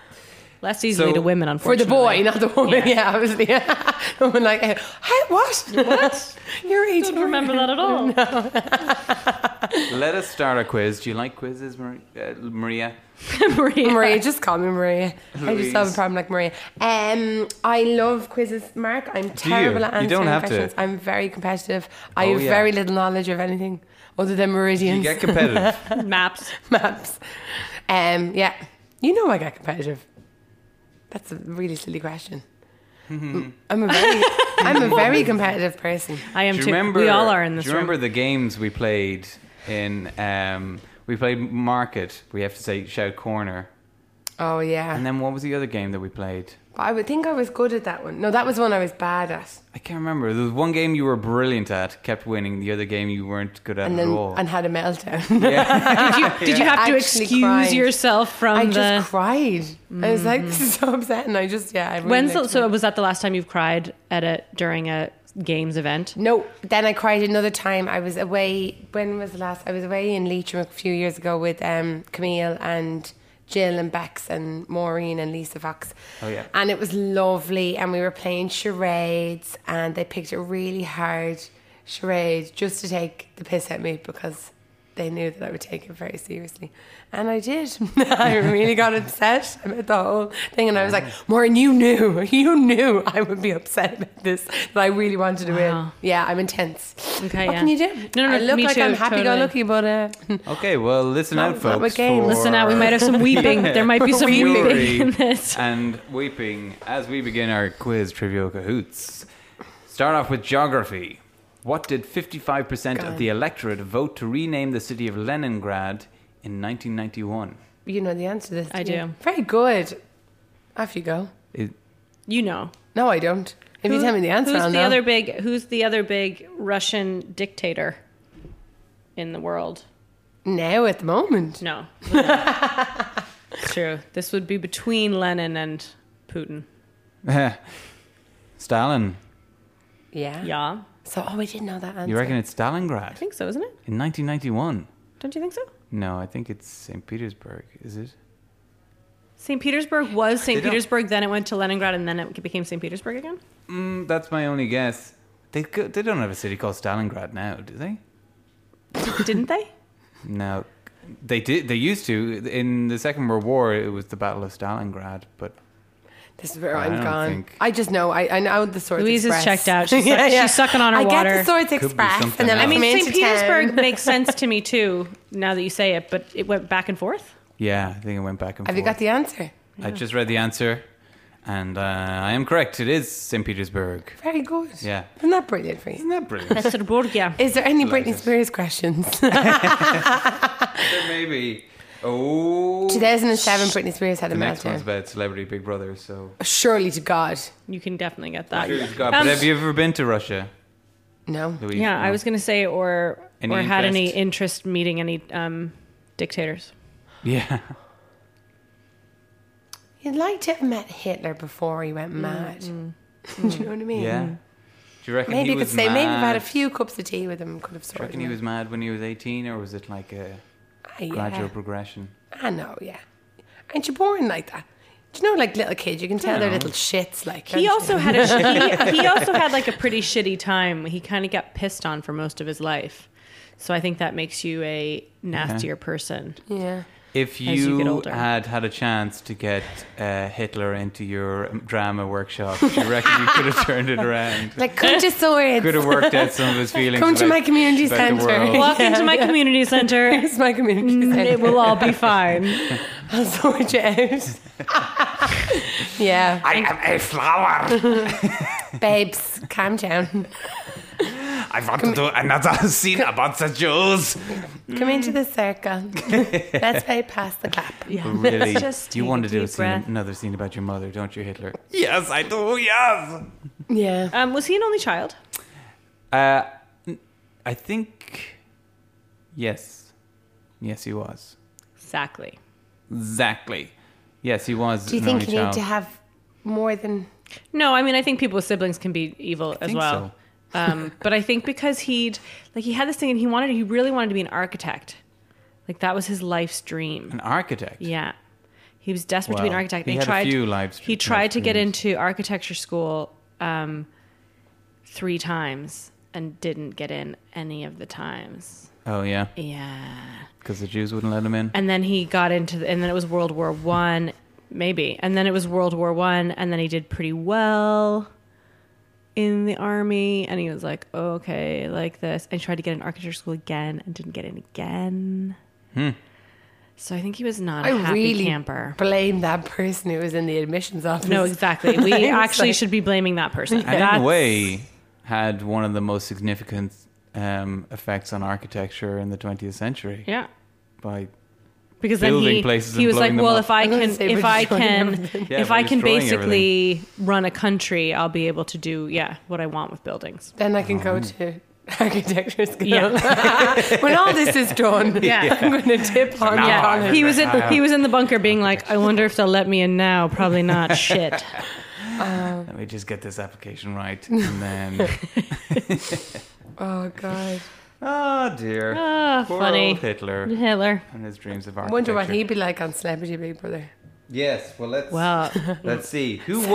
S1: Less easily
S2: So-
S1: to women,
S3: For
S1: unfortunately.
S3: the boy, not the woman. [LAUGHS] Yeah, obviously. woman like, hey, what?
S1: What?
S3: [LAUGHS] You're
S1: [LAUGHS]
S3: 18.
S1: Don't remember that at [LAUGHS] all.
S2: Let us start a quiz. Do you like quizzes, Mar- uh, Maria?
S1: Maria.
S3: [LAUGHS] Maria, just call me Maria. I just have a
S2: Louise.
S3: problem like Maria. Um, I love quizzes, Mark. I'm terrible at
S2: You
S3: answering
S2: don't have to.
S3: questions. I'm very competitive. I
S2: Oh,
S3: have
S2: yeah.
S3: very little knowledge of anything other than
S2: You
S3: meridians, [LAUGHS]
S2: get competitive.
S1: [LAUGHS] Maps.
S3: maps. Um, yeah, you know I get competitive. That's a really silly question.
S2: Mm-hmm.
S3: I'm a
S2: [LAUGHS]
S3: very, I'm a very competitive person.
S1: I am
S2: Do you
S1: too.
S2: remember?
S1: we all are in this
S2: Do you remember
S1: room.
S2: the games we played in? Um, we played market. We have to say shout corner.
S3: Oh yeah,
S2: And then what was the other game that we played?
S3: I would think I was good at that one. No, that was one I was bad at,
S2: I can't remember. There was one game you were brilliant at, kept winning. The other game you weren't good at
S3: and
S2: at
S3: then
S2: all.
S3: and had a meltdown.
S1: Did you, did you have to
S3: Actually
S1: excuse
S3: cried.
S1: yourself from
S3: I
S1: the?
S3: just cried. I was like, [LAUGHS] this is so upsetting. I just, yeah. I really
S1: when's the,
S3: liked
S1: so?
S3: it.
S1: Was that the last time you've cried at a during a games event?
S3: No, then I cried another time. I was away. When was the last? I was away in Leitrim a few years ago with um, Camille and Jill and Bex and Maureen and Lisa Fox.
S2: Oh, yeah.
S3: And it was lovely. And we were playing charades, and they picked a really hard charade just to take the piss at me because they knew that I would take it very seriously. And I did. [LAUGHS] I
S2: [LAUGHS]
S3: really got upset about the whole thing. And I was like, Maureen, you knew, [LAUGHS] you knew I would be upset about this, that I really wanted to
S1: Wow.
S3: win. Yeah, I'm intense.
S1: Okay,
S3: what
S1: yeah.
S3: can you do?
S1: No, no, no,
S3: I look
S1: me
S3: like
S1: too,
S3: I'm happy-go-lucky, but uh,
S1: [LAUGHS]
S2: okay, well listen
S3: Not-
S2: out,
S3: not my
S2: folks.
S3: game.
S2: for-
S1: Listen out,
S2: [LAUGHS]
S1: we might have some weeping. There might be some
S2: Fury
S1: weeping, in this.
S2: and weeping as we begin our quiz trivia cahoots. Start off with geography. What did 55% of
S3: God.
S2: the electorate vote to rename the city of Leningrad in 1991?
S3: you know the answer to this.
S1: I
S3: do you?
S1: do.
S3: Very good. Off you go.
S2: It, [LAUGHS]
S1: You know.
S3: No, I don't. If you
S1: Who-
S3: tell me the answer,
S1: Who's
S3: I'll
S1: the
S3: know.
S1: other big? Who's the other big Russian dictator in the world?
S3: now at the moment. [LAUGHS]
S1: No. It's True. This would be between Lenin and Putin.
S2: Stalin.
S3: Yeah.
S1: Yeah.
S3: So, oh, I didn't know that answer.
S2: You reckon it's Stalingrad
S1: I think so, isn't it?
S2: in 1991?
S1: Don't you think so?
S2: No, I think it's St. Petersburg, is it?
S1: St. Petersburg was St.
S2: They don't-
S1: Petersburg, then it went to Leningrad, and then it became St. Petersburg again?
S2: Mm, that's my only guess. They, go- they don't have a city called Stalingrad now, do they?
S1: Didn't they?
S2: [LAUGHS] No, they did. They used to. In the Second World War, it was the Battle of Stalingrad. But
S3: This is where
S2: I
S3: I am
S2: don't
S3: gone.
S2: think-
S3: I just know. I, I know the Swords
S1: Louise is
S3: Express.
S1: checked
S3: [LAUGHS]
S1: out. She's suck- she's sucking on her
S3: I
S1: water.
S3: get the Swords
S2: be
S3: Express.
S2: something
S3: And then
S2: else.
S3: I
S1: I mean,
S3: come into
S1: St. Petersburg
S3: town.
S1: makes sense to me too, now that you say it, but it went back and forth.
S2: yeah, I think it went back and
S3: Have you
S2: forth.
S3: got the answer?
S2: I just read the answer, and uh, I am correct. It is St. Petersburg.
S3: Very good.
S2: Yeah.
S3: Isn't that brilliant for you?
S2: Isn't that
S3: [LAUGHS]
S2: brilliant?
S1: [LAUGHS] Petersburg, yeah.
S3: Is there any
S2: Like
S3: Britney
S2: it.
S3: Spears questions? [LAUGHS]
S2: Maybe. Oh.
S3: 2007, Britney Spears had a
S2: The next one's
S3: meltdown.
S2: about Celebrity Big Brother. So.
S3: Surely to God.
S1: You can definitely get that.
S2: Sure, God,
S1: Um,
S2: but have you ever been to Russia,
S3: No.
S2: Louise?
S1: yeah, I
S2: No.
S1: was going to say, or
S2: Any
S1: or had any
S2: interest?
S1: interest meeting any um, dictators.
S2: [LAUGHS] Yeah.
S3: Mm, You'd like to have met Hitler before he went mad. [LAUGHS] Do you know what I mean?
S2: Yeah. Do you reckon
S3: Maybe
S2: he
S3: you could
S2: was
S3: say, maybe if I had a
S2: mad?
S3: few cups of tea with him, I could have
S2: Do you
S3: sorted
S2: reckon he
S3: it.
S2: was mad when he was 18, or was it like a
S3: Ah, yeah.
S2: gradual progression?
S3: I know, yeah. Aren't you born like that? Do you know, like little kids, you can tell they're little shits. Like
S1: He
S3: can't
S1: also
S3: you?
S1: [LAUGHS] had a he, he also had like a pretty shitty time. He kind of got pissed on for most of his life. So I think that makes you a nastier person.
S3: yeah.
S2: If you,
S1: As you get older.
S2: had had a chance to get uh, Hitler into your um, drama workshop, do you reckon you
S3: [LAUGHS]
S2: could have turned it around?
S3: Like come to swords.
S2: Could have worked out some of his feelings.
S3: Come to
S2: about-
S3: my community
S2: about the
S3: centre.
S2: world.
S3: Well,
S1: Walk into my community center.
S3: [LAUGHS]
S1: [LAUGHS]
S3: It's my community. centre.
S1: It will all be fine.
S3: I'll sort you out.
S2: [LAUGHS]
S3: yeah,
S2: I am a flower.
S3: babes, calm down.
S2: I want to do another [LAUGHS] scene about the Jews.
S3: Come into the circle. Let's play past the clap.
S1: Yeah.
S2: [LAUGHS] [LAUGHS] Really,
S1: Just
S2: you
S1: take
S2: want
S1: a
S2: to do a
S1: deep
S2: scene,
S1: breath.
S2: another scene about your mother, don't you, Hitler? Yes, I do. Yes.
S3: Yeah.
S1: Um, was he an only child?
S2: Uh, n- I think yes, yes, he was
S1: Exactly.
S2: exactly. Yes, he was.
S3: Do you
S2: an
S3: think
S2: only
S3: you
S2: child.
S3: need to have more than?
S1: No, I mean I think people with siblings can be evil as
S2: think
S1: well.
S2: [LAUGHS]
S1: Um, but I think because he'd like he had this thing and he wanted he really wanted to be an architect. Like that was his life's dream.
S2: an architect?
S1: Yeah. He was desperate to be an
S2: Wow.
S1: architect.
S2: He
S1: They
S2: had a
S1: tried,
S2: few Mm. lives-
S1: He tried to get
S2: lives.
S1: into architecture school um, three times and didn't get in any of the times.
S2: Oh yeah,
S1: Yeah.
S2: because the Jews wouldn't let him in.
S1: And then he got into, the, and then it was World War One, maybe. And then it was World War One, and then he did pretty well in the army. And he was like, okay, like this. And he tried to get in architecture school again and didn't get in again.
S2: Hmm.
S1: So I think he was not a
S3: I
S1: happy
S3: really [LAUGHS]
S1: camper.
S3: blame that person who was in the admissions office.
S1: No, exactly. We
S3: [LAUGHS] It's
S1: actually
S3: like-
S1: should be blaming that person.
S2: And in
S1: That's-
S2: a way, had one of the most significant um, effects on architecture in the 20th century.
S1: yeah,
S2: By
S1: because then
S2: Building
S1: he,
S2: places
S1: he
S2: and
S1: was like,
S2: blowing them
S1: "Well,
S2: up.
S1: if I
S3: I'm gonna
S1: can,
S3: say
S1: if
S3: we're
S1: I
S3: destroying
S1: can,
S3: everything.
S2: Yeah,
S1: if
S2: we're
S1: I can
S2: destroying
S1: basically run a country, I'll be able to do yeah what I want with
S3: [LAUGHS]
S1: buildings."
S3: Then I can
S2: Oh.
S3: go to architecture school.
S1: Yeah,
S3: [LAUGHS] when all this is
S1: [LAUGHS]
S3: done,
S1: Yeah.
S3: I'm going to dip on
S2: now
S3: yeah.
S2: I'm
S1: yeah.
S2: Colin.
S1: He was in he was in the bunker, being like, "I wonder if they'll let me in now." Probably not.
S2: [LAUGHS]
S1: Shit.
S2: let me just get this application
S3: [LAUGHS]
S2: right, and then
S3: Oh God!
S2: oh dear,
S1: Ah,
S2: poor
S1: funny.
S2: old Hitler
S1: Hitler.
S2: and his dreams of
S3: I
S2: architecture.
S3: wonder what he'd be like on Celebrity Big Brother.
S2: Yes, well let's
S1: Well,
S2: let's see who
S3: Segue.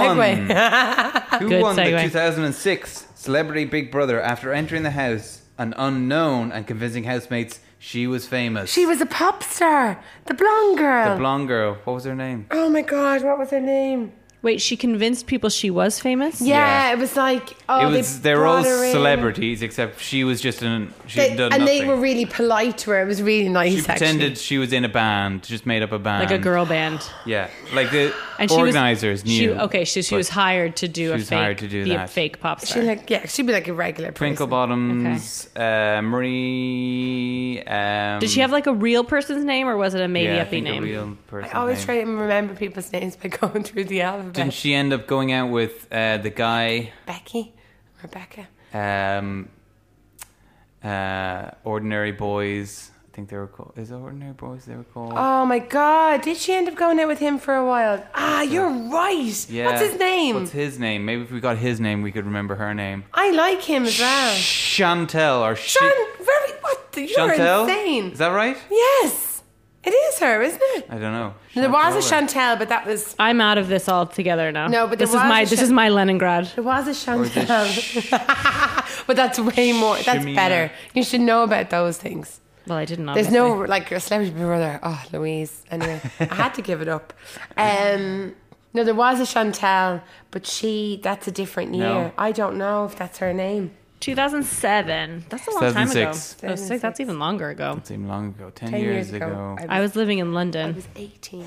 S2: won. Who
S1: Good
S2: won the
S1: segue.
S2: 2006 Celebrity Big Brother after entering the house an unknown and convincing housemates she was famous?
S3: She was a pop star, the blonde girl.
S2: the blonde girl. What was her name?
S3: oh my God! What was her name?
S1: wait. She convinced people she was famous.
S3: Yeah,
S2: Yeah.
S3: it was like oh,
S2: it was
S3: they
S2: they're all
S3: brought her in.
S2: celebrities except she was just an she
S3: They-
S2: had
S3: and
S2: done
S3: they
S2: nothing.
S3: were really polite to her. It was really nice.
S2: she pretended she was in a band, just made up a band,
S1: like a girl band.
S2: Yeah, like the
S1: And she
S2: organizers
S1: was,
S2: knew.
S1: She, okay, so she
S2: but
S1: was hired to do
S2: she
S1: a
S2: was
S1: fake,
S2: hired to do
S1: be a
S2: that.
S1: fake pop star.
S3: Actually. She like yeah, she'd be like a regular
S2: Twinkle
S3: person.
S2: Bottoms, uh, Marie. Um,
S1: Did she have like a real person's name or was it a made
S2: yeah, I
S1: up
S2: think a
S1: name?
S2: real person?
S3: I always
S2: name.
S3: try and remember people's names by [LAUGHS] going through the alphabet.
S2: Didn't she end up going out with uh, the guy,
S3: Becky, Rebecca.
S2: um, uh, Ordinary Boys? I think they were called. Is it Ordinary Boys they were called?
S3: Oh my God! Did she end up going out with him for a while? Ah, you're right.
S2: yeah.
S3: What's his name?
S2: What's his name? Maybe if we got his name, we could remember her name.
S3: I like him as well.
S2: Chantel or Sh-
S3: Sean, very what? the- You're
S2: Chantel?
S3: insane.
S2: Is that right?
S3: yes, it is her, isn't it?
S2: I don't know.
S3: There was a
S2: Chantel.
S3: Chantel, but that was
S1: I'm out of this altogether now.
S3: No, but
S1: this is
S3: there was
S1: my
S3: a
S1: this
S3: sh-
S1: is my Leningrad.
S3: There was a
S2: or is it
S3: Chantel, [LAUGHS] but that's way more. That's
S2: Shemina?
S3: better. You should know about those things.
S1: Well, I didn't.
S3: There's no like your celebrity brother. Oh, Louise. Anyway, I had to give
S2: [LAUGHS]
S3: it up. Um, no, there was a Chantel, but she. That's a different year.
S2: No.
S3: I don't know if that's her name.
S1: 2007. That's a long time ago.
S2: 2006.
S1: Oh, six, that's even longer ago.
S2: Seemed long ago. Ten,
S3: Ten
S2: years,
S3: years ago,
S2: ago.
S3: I-
S1: I was living in
S3: I
S1: London.
S3: was 18.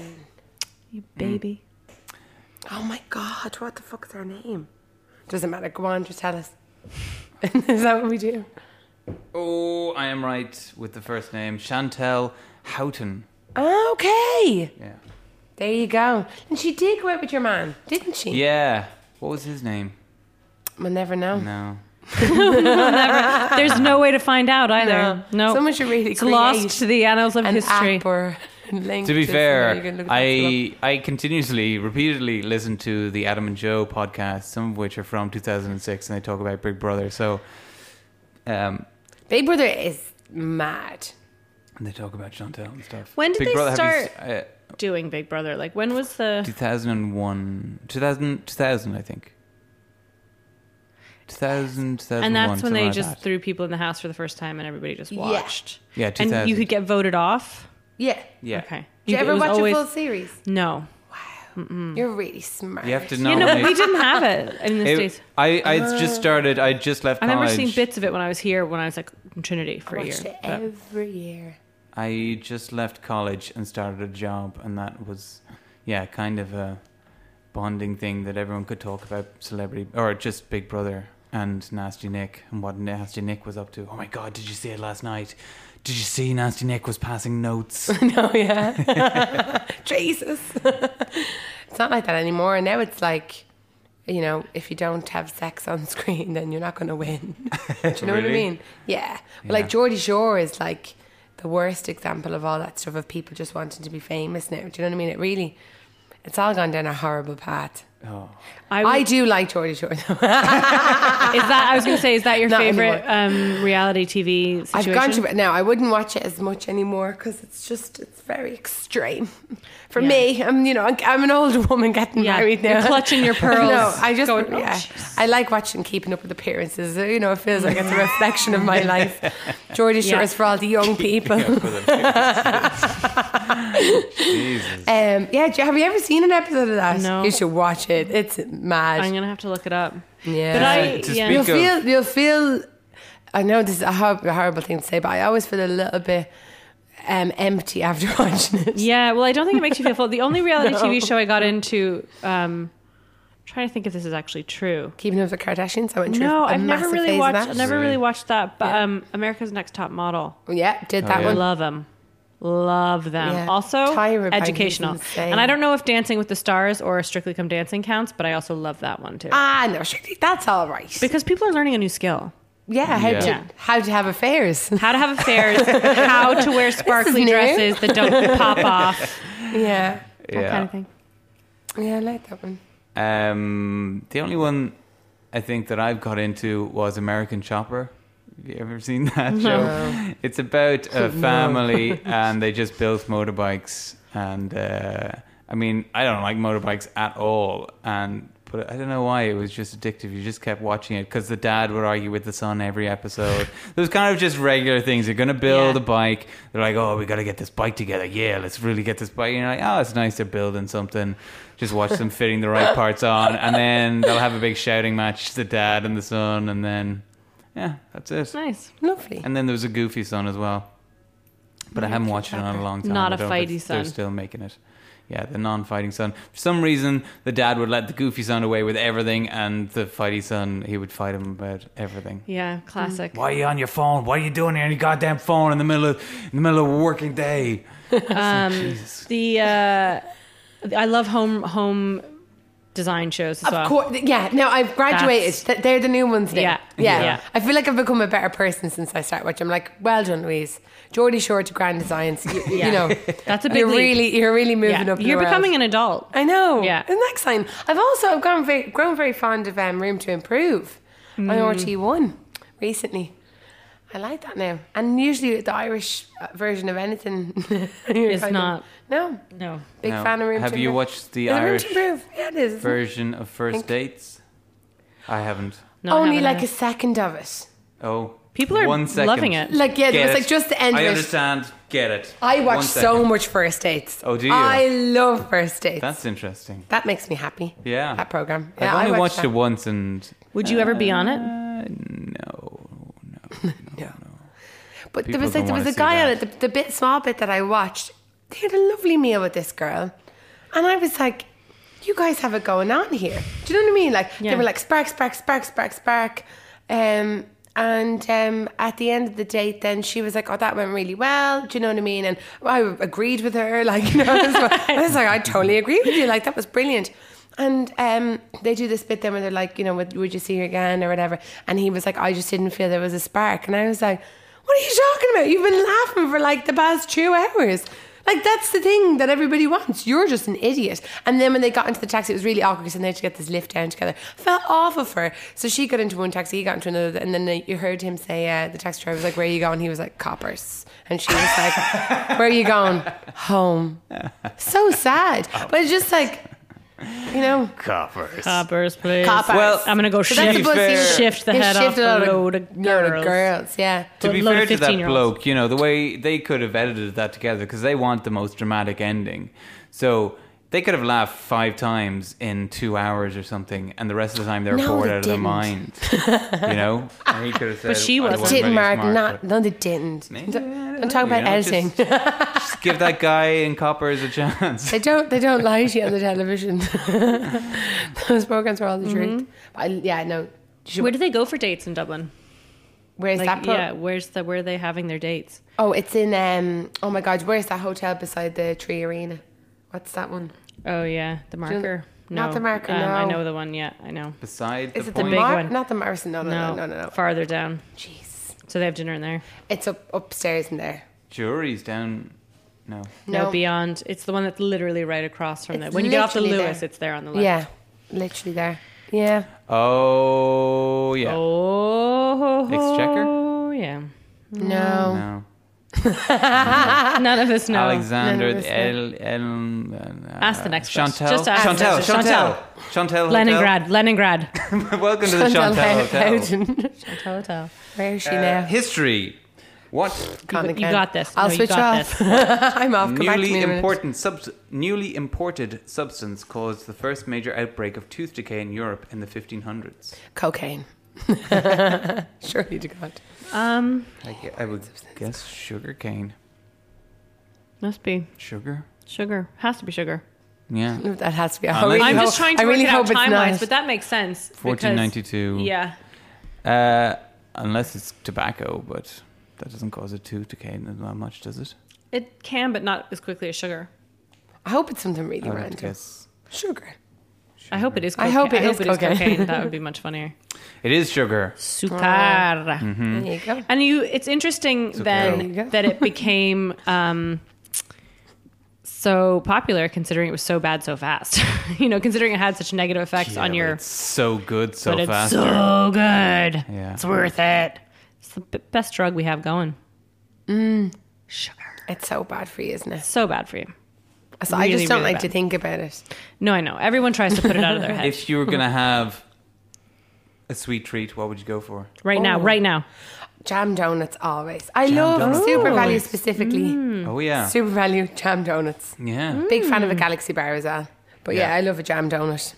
S1: You baby.
S3: Oh my god! What the fuck is her name? Doesn't matter. Go on, just tell us. [LAUGHS] is that what we do?
S2: Oh, I am right with the first name, Chantel Houghton.
S3: Okay.
S2: Yeah.
S3: There you go. And she did go out with your man, didn't she?
S2: Yeah. What was his name?
S3: We'll never know.
S2: No.
S1: [LAUGHS] There's no way to find out either. No.
S3: Someone should really
S1: it's lost to the annals of
S3: an
S1: history.
S3: [LAUGHS] app or can
S1: [LAUGHS]
S3: link.
S2: To be
S3: this and you
S2: fair,
S3: can look that
S2: I I continuously, repeatedly listen to the Adam and Joe podcast, some of which are from 2006, and they talk about Big Brother. So, um,
S3: up. Big Brother is mad.
S2: and they talk about Chantel and stuff.
S1: When did
S2: Big
S1: they
S2: Brother, have you
S1: start-
S2: s- uh,
S1: doing Big Brother? Like when was the
S2: 2001, 2000, 2000, I think. 2000, 2001,
S1: and that's when
S2: something
S1: they
S2: like
S1: just
S2: that.
S1: threw people in the house for the first time and everybody just
S3: Yeah.
S1: watched.
S2: Yeah,
S1: and
S2: 2000.
S1: you could get voted off.
S3: Yeah.
S2: Yeah.
S1: Okay.
S3: Do you
S1: it
S3: ever
S1: was
S3: watch
S1: always-
S3: a full series?
S1: No.
S3: You're really smart.
S2: You have to
S1: No,
S2: know.
S1: yeah, no,
S2: when
S1: but
S2: they-
S1: we didn't have it in the
S2: [LAUGHS] It-
S1: states. Uh,
S2: I I just started. I just left
S1: I remember
S2: college.
S1: seeing bits of it when I was here when I was like in Trinity for a year.
S3: Watched it every year.
S2: I just left college and started a job, and that was, yeah, kind of a bonding thing that everyone could talk about celebrity or just Big Brother and Nasty Nick and what Nasty Nick was up to. Oh my God, did you see it last night? Did you see Nasty Nick was passing
S3: [LAUGHS]
S2: notes?
S3: no, Oh, yeah. [LAUGHS] Jesus. it's not like that anymore. Now it's like, you know, if you don't have sex on [LAUGHS] screen, then you're not going to win. [LAUGHS] Do you know what I
S2: Really?
S3: mean? Yeah. But like
S2: Yeah.
S3: Geordie Shore is like the worst example of all that stuff of people just wanting to be famous now. Do you know what I mean? It really, it's all gone down a horrible path.
S2: oh.
S1: I,
S3: I,
S1: w-
S3: do like Geordie Shore.
S1: is that I was going to say is that your
S3: [LAUGHS] Not
S1: favorite um, reality TV situation?
S3: I've gone to it now. I wouldn't watch it as much anymore because it's just it's very extreme for me. I'm you know I'm- I'm an old woman getting
S1: Yeah,
S3: married now.
S1: you're clutching your pearls.
S3: [LAUGHS] no, I just
S1: going, "Oh,
S3: yeah.
S1: jeez."
S3: I like watching Keeping Up with Appearances. You know, it feels like it's a reflection of
S1: [LAUGHS]
S3: my life. Geordie Shore
S1: Yeah.
S3: is for all the
S1: [LAUGHS]
S3: young people.
S2: Jesus.
S3: Um, yeah, do you- have you ever seen an episode of that?
S1: No.
S3: you should watch it. It's mad.
S1: I'm going to have to look it up.
S3: yeah,
S1: But I
S2: To
S1: yeah.
S2: speak
S3: You'll
S2: of-
S3: feel. You'll feel. I know this is a hor- a horrible thing to say, but I always feel a little bit um, empty after [LAUGHS] watching it.
S1: Yeah, well, I don't think it makes you feel full. The only
S3: [LAUGHS]
S1: reality TV show I got into, um, trying to think if this is actually true.
S3: Keeping Up with the Kardashians. I went through.
S1: No,
S3: a
S1: I've never
S3: massive
S1: really
S3: phase of
S1: watched.
S3: that.
S1: Never
S2: Really?
S1: really watched that. But
S3: Yeah.
S1: um, America's Next Top Model,
S3: Yeah, did that
S2: Oh, yeah.
S3: one.
S1: love them, love them.
S3: Yeah.
S1: Also
S3: Tyra Banks is
S1: educational.
S3: insane.
S1: And I don't know if Dancing with the Stars or Strictly Come Dancing counts, but I also love that one too
S3: Ah, no, Strictly- that's all right.
S1: because people are learning a new skill:
S3: yeah, how
S2: Yeah.
S3: to
S1: Yeah.
S3: how to have
S1: [LAUGHS]
S3: affairs.
S1: how to have
S3: [LAUGHS]
S1: affairs, how to wear sparkly
S3: new.
S1: dresses that
S3: [LAUGHS]
S1: don't pop off,
S3: yeah,
S1: that kind of thing.
S3: yeah, I like that one.
S2: Um, the only one I think that I've got into was American Chopper. Have you ever seen [LAUGHS] that show? It's about a family and they just built motorbikes. And uh, I mean, I don't like motorbikes at all. And but I don't know why it was just addictive. You just kept watching it because the dad would argue with the son every episode. There was kind of just regular things. You're going to build
S1: Yeah.
S2: a bike. They're like, oh, we got to get this bike together. Yeah, let's really get this bike. And you're like, oh, it's nice they're building something. Just watch
S1: [LAUGHS]
S2: them fitting the right parts on. And then they'll have a big shouting match, the dad and the son. And then, yeah, that's it.
S1: Nice,
S3: Lovely.
S2: And then there was a goofy son as well. But I haven't watched it in a long time.
S1: Not
S2: I
S1: a
S2: don't know if
S1: fighty
S2: it's- They're
S1: son.
S2: still making it. Yeah, the non-fighting son. For some reason, the dad would let the goofy son away with everything, and the fighty son, he would fight him about everything.
S1: yeah, classic.
S2: Why are you on your phone? What are you doing here on your goddamn phone in the middle of in the middle of a working day?
S3: Mm.
S1: The uh, I love home home design shows as well.
S3: Of course, yeah. No, I've graduated.
S1: That's-
S3: Th- They're the new ones now.
S1: Yeah.
S3: yeah,
S1: Yeah.
S3: I feel like I've become a better person since I started watching. I'm like, well done, Louise. Geordie Shore to Grand Designs. You, you
S1: Yeah. [LAUGHS]
S3: know,
S1: That's a big
S3: you're
S1: leap.
S3: really, you're really moving
S1: Yeah.
S3: up. in the
S1: You're
S3: world.
S1: becoming an adult.
S3: I know.
S1: Yeah.
S3: Isn't that exciting? I've also I've grown very, grown very fond of um, Room to Improve on RT1 recently. I like that now. And usually the Irish uh, version of anything [LAUGHS]
S1: It's
S3: is
S1: not.
S3: no,
S1: No.
S3: big
S2: Now,
S3: fan of Room
S2: have
S3: to
S2: you
S3: Improve.
S2: watched the
S3: Is it
S2: Irish
S3: Room to Improve? Yeah, it is. isn't it?
S2: version of First Dates? I haven't.
S1: no I
S3: Only
S1: haven't
S3: like a
S1: either.
S3: second of it.
S2: Oh,
S1: People are
S2: one second.
S1: loving it.
S3: Like yeah,
S2: Get
S3: it was
S2: it.
S3: like just the end
S2: I
S3: of it.
S2: understand. Get it.
S3: I
S2: One
S3: watch so
S2: second.
S3: much first dates.
S2: Oh, do you?
S3: I love first dates.
S2: That's interesting.
S3: that makes me happy.
S2: Yeah.
S3: That program.
S2: I've
S3: Yeah, I
S2: only
S3: watch
S2: watched
S3: that.
S2: it once, and
S1: Would you ever be on it?
S2: Uh, no, no.
S3: But there
S2: People
S3: was
S2: don't
S3: like, there was
S2: wanna
S3: a
S2: see
S3: guy on
S2: that.
S3: it. The, the bit small bit that I watched, they had a lovely meal with this girl, and I was like, "You guys have it going on here." Do you know what I mean? Like
S1: Yeah.
S3: they were like spark, spark, spark, spark, spark, um, and um, at the end of the date, then she was like, "Oh, that went really well." Do you know what I mean? And I agreed with her. [LAUGHS] Like you know, I was, like- I was like, "I totally agree with you. Like that was brilliant." And um, they do this bit then where they're like, you know, would, would you see her again or whatever? And he was like, I just didn't feel there was a spark. And I was like, what are you talking about? You've been laughing for like the past two hours. Like that's the thing that everybody wants. You're just an idiot. And then when they got into the taxi, it was really awkward because then they had to get this lift down together. Felt off of her. So she got into one taxi, he got into another, and then they- you heard him say, uh, the taxi driver was like, "Where are you going?" He was like, "Coppers," and she was like, "Where are you going?" Home. So sad, but it's just like, you know,
S2: Coppers.
S1: Coppers, please.
S3: Coppers.
S2: Well,
S1: I'm gonna go
S2: to
S1: shift-
S2: be
S3: the bus
S2: fair-
S3: you-
S1: shift the
S3: you
S1: head
S3: shift
S1: off a
S3: lot
S1: load of
S3: load
S1: girls.
S3: of girls. Yeah.
S2: to be
S1: Load of
S2: fair to that
S1: 15-year-olds.
S2: bloke, you know, the way they could have edited that together because they want the most dramatic ending. So they could have laughed five times in two hours or something, and the rest of the time they were
S3: No,
S2: bored
S3: they
S2: out of their
S3: didn't.
S2: mind. You
S1: [LAUGHS]
S2: know? And he could have said,
S1: she
S2: "I
S1: wasn't.
S2: wasn't
S3: Didn't
S2: really
S3: Mark?
S2: smart,
S3: not
S2: but
S3: no, they didn't.
S2: Maybe, I
S3: Don't,
S2: don't
S3: don't talk
S2: know,
S3: about
S2: you know, just-
S3: editing.
S2: Just give that guy in Coppers a chance. [LAUGHS]
S3: [LAUGHS] They don't. They don't lie to you on the television. [LAUGHS] Those programs are all the
S2: Mm-hmm.
S3: truth. But I, yeah, no. Should-
S1: Where do they go for dates in Dublin?
S3: where's
S1: Like,
S3: that? Pro-
S1: yeah, where's the where are they having their dates?
S3: Oh, it's in. Um. Oh my God. Where's that hotel beside the Tree Arena? What's that one?
S1: Oh yeah, the
S3: you-
S1: marker.
S3: not the marker,
S1: Um, I
S3: no.
S1: know the one. Yeah, I know.
S2: Besides
S3: Is
S2: the
S3: it
S2: point,
S1: big
S3: the Mar-
S1: one?
S3: Not the Morrison. No, no, no, no, no. no.
S1: Farther down.
S3: Jeez.
S1: So they have dinner in there.
S3: It's up upstairs in there.
S2: jury's down. No.
S1: No, beyond. It's the one that's literally right across from
S3: It's
S1: that. When you get off the
S3: literally
S1: Lewis,
S3: there.
S1: it's there on the left.
S3: Yeah. Literally there. Yeah.
S2: Oh, yeah.
S1: Oh.
S2: Exchequer?
S1: Oh yeah.
S2: Mm.
S3: No. [LAUGHS]
S2: No.
S1: None of us know.
S2: Alexander,
S3: None of us
S2: El, El, uh,
S1: Ask the next
S2: Chantel.
S1: question. Just ask
S2: Chantel,
S1: the next question.
S2: Chantel, Chantel, Hotel.
S1: Leningrad. Leningrad.
S2: [LAUGHS] Welcome to the Chantel, Hotel.
S3: Howden.
S1: Hotel, hotel.
S3: [LAUGHS] Where is she
S2: Uh,
S3: now?
S2: history. What
S3: Gone
S1: you
S3: again.
S1: got this.
S3: I'll
S1: No, you
S3: switch
S1: got
S3: off. [LAUGHS] I'm off. Come back to me
S2: newly
S3: in a minute.
S2: important subs- newly imported substance caused the first major outbreak of tooth decay in Europe in the 1500s?
S3: Cocaine. [LAUGHS] Surely to God.
S1: Um,
S2: I, gue- I would guess sugar cane.
S1: must be
S2: Sugar.
S1: sugar. Has to be sugar.
S2: Yeah.
S3: That has to be. I
S2: Unless-
S3: really
S2: I'm
S1: I'm
S3: hope-
S1: just trying to
S3: I
S1: work
S3: really
S1: it out
S3: hope it's
S1: time-wise,
S3: not.
S1: but that makes sense. because-
S2: 1492.
S1: Yeah.
S2: Uh, unless it's tobacco, but that doesn't cause a tooth decay not much, does it?
S1: It can, but not as quickly as sugar.
S3: I hope it's something really
S2: I would
S3: random.
S2: guess.
S3: Sugar.
S1: I hope it is. Cocaine.
S3: I hope it is cocaine. Oh.
S1: cocaine. That would be much
S3: [LAUGHS]
S1: funnier.
S2: It is sugar.
S1: Sukar.
S2: Hmm.
S3: There you go.
S1: And you, it's interesting
S2: There
S1: then
S3: you go.
S1: that it became um, so popular, considering it was so bad so fast. [LAUGHS] you know, considering it had such negative effects
S2: Yeah,
S1: on
S2: but
S1: your.
S2: it's so good so
S1: but it's
S2: faster
S1: so good.
S2: Yeah.
S1: It's worth it. It's the b- best drug we have going. Mm. Sugar.
S3: It's so bad for you, isn't it?
S1: So bad for you.
S3: So I
S1: Really,
S3: just don't
S1: really
S3: like to
S1: bad.
S3: think about it.
S1: No, I know. Everyone tries to put it out of their head.
S2: if you were gonna have a sweet treat what would you go for
S1: Right now,
S3: Oh.
S1: right now.
S3: Jam donuts always. I
S2: Jam
S3: love
S2: donuts
S3: Super Value
S2: always.
S3: specifically.
S1: Hmm.
S2: oh yeah
S3: Super Value jam donuts.
S2: yeah
S3: Big fan of a Galaxy Bar as well. But yeah,
S2: Yeah.
S3: I love a jam donut.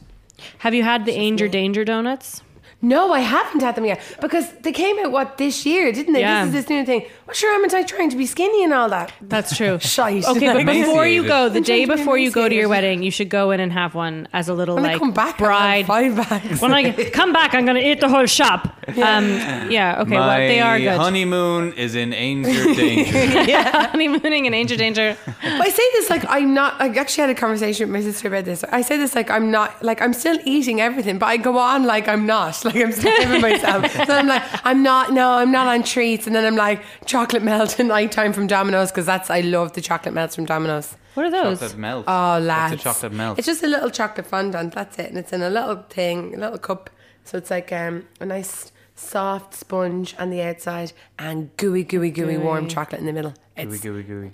S1: Have you had the Anger Danger donuts?
S3: No, I haven't had them yet because they came out what this year, didn't they?
S1: Yeah.
S3: This is this new thing. Well, sure, am I trying to be skinny and all that?
S1: That's [LAUGHS] true.
S3: Shite. [LAUGHS]
S1: Okay, but before you
S2: Emaciated.
S1: go, the
S3: I'm
S1: day
S3: trying to be
S1: before you go to your
S3: emaciated.
S1: wedding, you should go in and have one as a little
S3: When
S1: like
S3: I come back,
S1: bride.
S3: I'll have five bags.
S1: when
S3: [LAUGHS]
S1: I come back, I'm gonna eat the whole shop. Um, yeah. Okay. well, they are good. [LAUGHS]
S2: honeymoon is in angel danger
S1: Honeymooning and angel danger.
S3: But I say this like I'm not. I actually had a conversation with my sister about this. I say this like I'm not. Like I'm still eating everything, but I go on like I'm not. [LAUGHS] Like I'm still
S1: [LAUGHS]
S3: giving myself. so I'm like I'm not. No, I'm not on treats. And then I'm like chocolate melt [LAUGHS] at night time from Domino's because that's I love the chocolate melts from Domino's.
S1: What are those?
S2: chocolate melt
S3: Oh, lads,
S2: It's a chocolate melt
S3: It's just a little chocolate fondant. That's it, and it's in a little thing, a little cup. So it's like um, a nice soft sponge on the outside and gooey, gooey, gooey, warm chocolate in the middle. It's
S2: gooey, gooey.